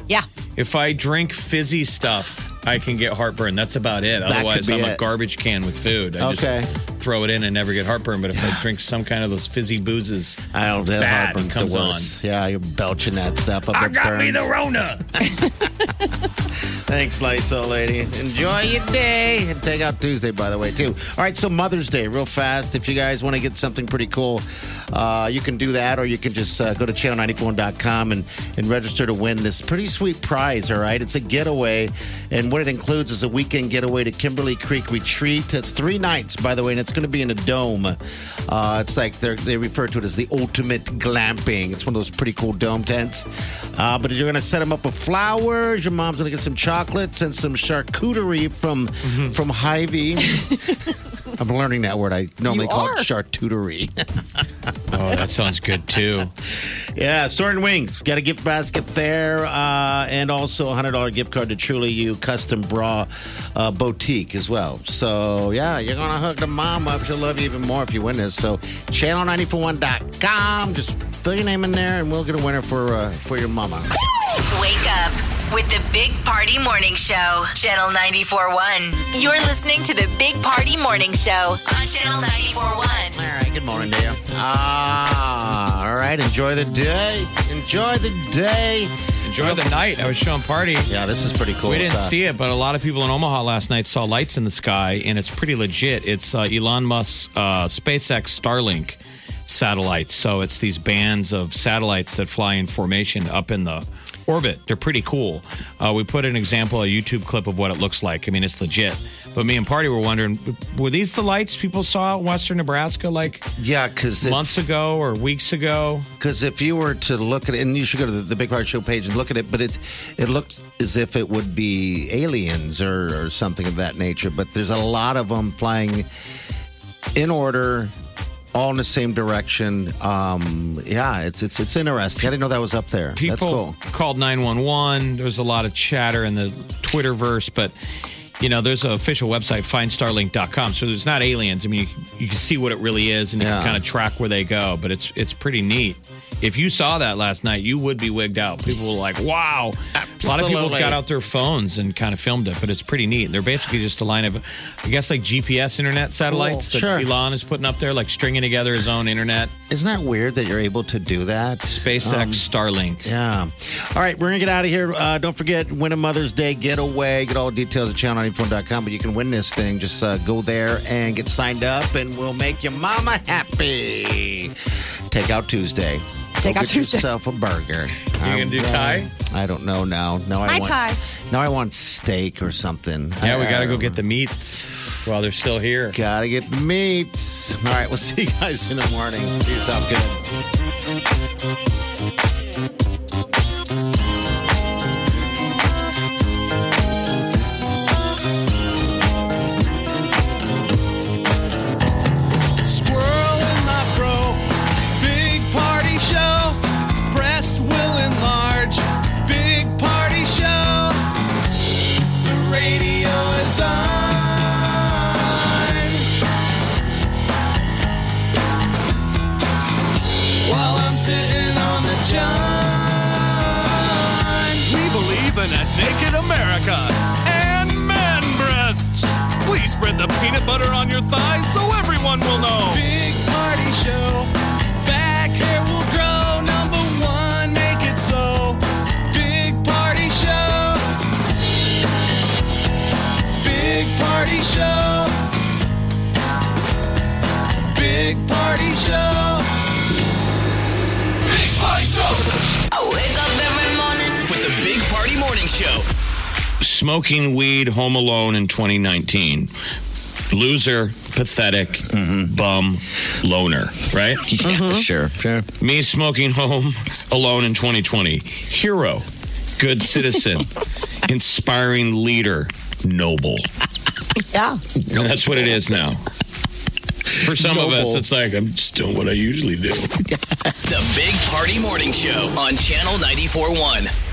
Speaker 4: Yeah.
Speaker 6: If I drink fizzy stuff, I can get heartburn. That's about it.
Speaker 5: That could
Speaker 6: Otherwise,
Speaker 5: be
Speaker 6: I'm a
Speaker 5: it.
Speaker 6: garbage can with food. I
Speaker 5: Okay.
Speaker 6: just throw it in and never get heartburn. But if I drink some kind of those fizzy boozes,
Speaker 5: I [LAUGHS] don't
Speaker 6: bad,
Speaker 5: have
Speaker 6: it
Speaker 5: heartburn's the
Speaker 6: comes
Speaker 5: worst. Yeah, you're belching that stuff up.
Speaker 6: I
Speaker 5: it
Speaker 6: got me
Speaker 5: burns.
Speaker 6: the
Speaker 5: [LAUGHS]
Speaker 6: Rona.
Speaker 5: Thanks, Lysol lady. Enjoy your day. And take out Tuesday, by the way, too. All right, so Mother's Day, real fast. If you guys want to get something pretty cool, uh, you can do that, or you can just uh, go to channel94.com and, and register to win this pretty sweet prize, all right? It's a getaway, and what it includes is a weekend getaway to Kimberly Creek Retreat. It's three nights, by the way, and it's going to be in a dome. Uh, it's like they're- they refer to it as the ultimate glamping. It's one of those pretty cool dome tents. Uh, but you're going to set them up with flowers. Your mom's going to get some chocolates and some charcuterie from
Speaker 6: Mm-hmm.
Speaker 5: from
Speaker 6: [LAUGHS]
Speaker 5: Hy-Vee. I'm learning that word. I normally
Speaker 6: You
Speaker 5: call
Speaker 6: are.
Speaker 5: it charcuterie.
Speaker 6: Oh, that sounds good too.
Speaker 5: [LAUGHS] yeah, Soaring Wings. Got a gift basket there, uh, and also a hundred dollar gift card to Truly You Custom Bra uh, Boutique as well. So yeah, you're gonna hook the mom up. She'll love you even more if you win this. So channel941.com. Just fill your name in there, and we'll get a winner for uh, for your mama.
Speaker 3: Wake up with the Big Party Morning Show, Channel 94.1. You're listening to the Big Party Morning Show on Channel 94.1.
Speaker 5: All right, good morning to you. Ah, all right. Enjoy the day. Enjoy the day.
Speaker 6: Enjoy the night. I was showing party.
Speaker 5: Yeah, this is pretty cool.
Speaker 6: We didn't
Speaker 5: stuff.
Speaker 6: see it, but a lot of people in Omaha last night saw lights in the sky, and it's pretty legit. It's uh, Elon Musk's uh, SpaceX Starlink satellites. So it's these bands of satellites that fly in formation up in the orbit. They're pretty cool. Uh, we put an example, a YouTube clip of what it looks like. I mean, it's legit. But me and Party were wondering, were these the lights people saw out in Western Nebraska like
Speaker 5: Yeah, because
Speaker 6: months ago or weeks ago?
Speaker 5: Because if you were to look at it, and you should go to the, the Big Heart Show page and look at it, but it it looked as if it would be aliens or, or something of that nature. But there's a lot of them flying in order, all in the same direction. Um, yeah, it's it's it's interesting. I didn't know that was up there. That's
Speaker 6: people
Speaker 5: cool.
Speaker 6: called 911. There was a lot of chatter in the Twitterverse, but you know, there's an official website, findstarlink.com. So there's not aliens. I mean, you, you can see what it really is and you
Speaker 5: Yeah.
Speaker 6: can kind of track where they go, but it's it's pretty neat. If you saw that last night, you would be wigged out. People were like, wow. A lot of people
Speaker 5: Absolutely.
Speaker 6: got out their phones and kind of filmed it, but it's pretty neat. They're basically just a line of, I guess, like GPS internet satellites
Speaker 5: Cool.
Speaker 6: that
Speaker 5: Sure.
Speaker 6: Elon is putting up there, like stringing together his own internet.
Speaker 5: Isn't that weird that you're able to do that?
Speaker 6: SpaceX
Speaker 5: Um,
Speaker 6: Starlink.
Speaker 5: Yeah. All right, we're going to get out of here. Uh, don't forget, win a Mother's Day getaway. Get all the details at channel94.com, but you can win this thing. Just uh, go there and get signed up, and we'll make your mama happy. Take out Tuesday.
Speaker 4: Take
Speaker 5: Go
Speaker 4: out
Speaker 5: get
Speaker 4: Tuesday.
Speaker 5: yourself a burger.
Speaker 6: [LAUGHS] You gonna
Speaker 5: All
Speaker 6: do Thai?
Speaker 5: I don't know now. Now I
Speaker 4: My
Speaker 5: want,
Speaker 4: Thai.
Speaker 5: Now I want steak or something.
Speaker 6: Yeah, we
Speaker 5: I-
Speaker 6: got to
Speaker 5: I-
Speaker 6: go get the meats while they're still here.
Speaker 5: Gotta get the meats. All right, we'll [LAUGHS] see you guys in the morning. Do yourself good.
Speaker 2: Squirrel in my fro. Big party show. Breast will enlarge. Big party show. The radio is on. While I'm sitting on the john. We believe in a naked America and man breasts. Please spread the peanut butter on your thighs so everyone will know. Big party show. Back hair will grow. Number one, make it so. Big party show. Big party show. Big party show. Big party show.
Speaker 3: I wake up every morning.
Speaker 13: With the Big Party Morning Show.
Speaker 6: Smoking weed home alone in 2019. Loser, pathetic, bum, loner, right? [LAUGHS]
Speaker 5: Sure, sure.
Speaker 6: Me smoking home alone in 2020. Hero, good [LAUGHS] citizen, inspiring leader, noble.
Speaker 4: Yeah.
Speaker 6: And that's what it is now. For some of us,
Speaker 13: Noble.
Speaker 6: it's like, I'm just doing what I usually do.
Speaker 13: The Big Party Morning Show on Channel 94.1.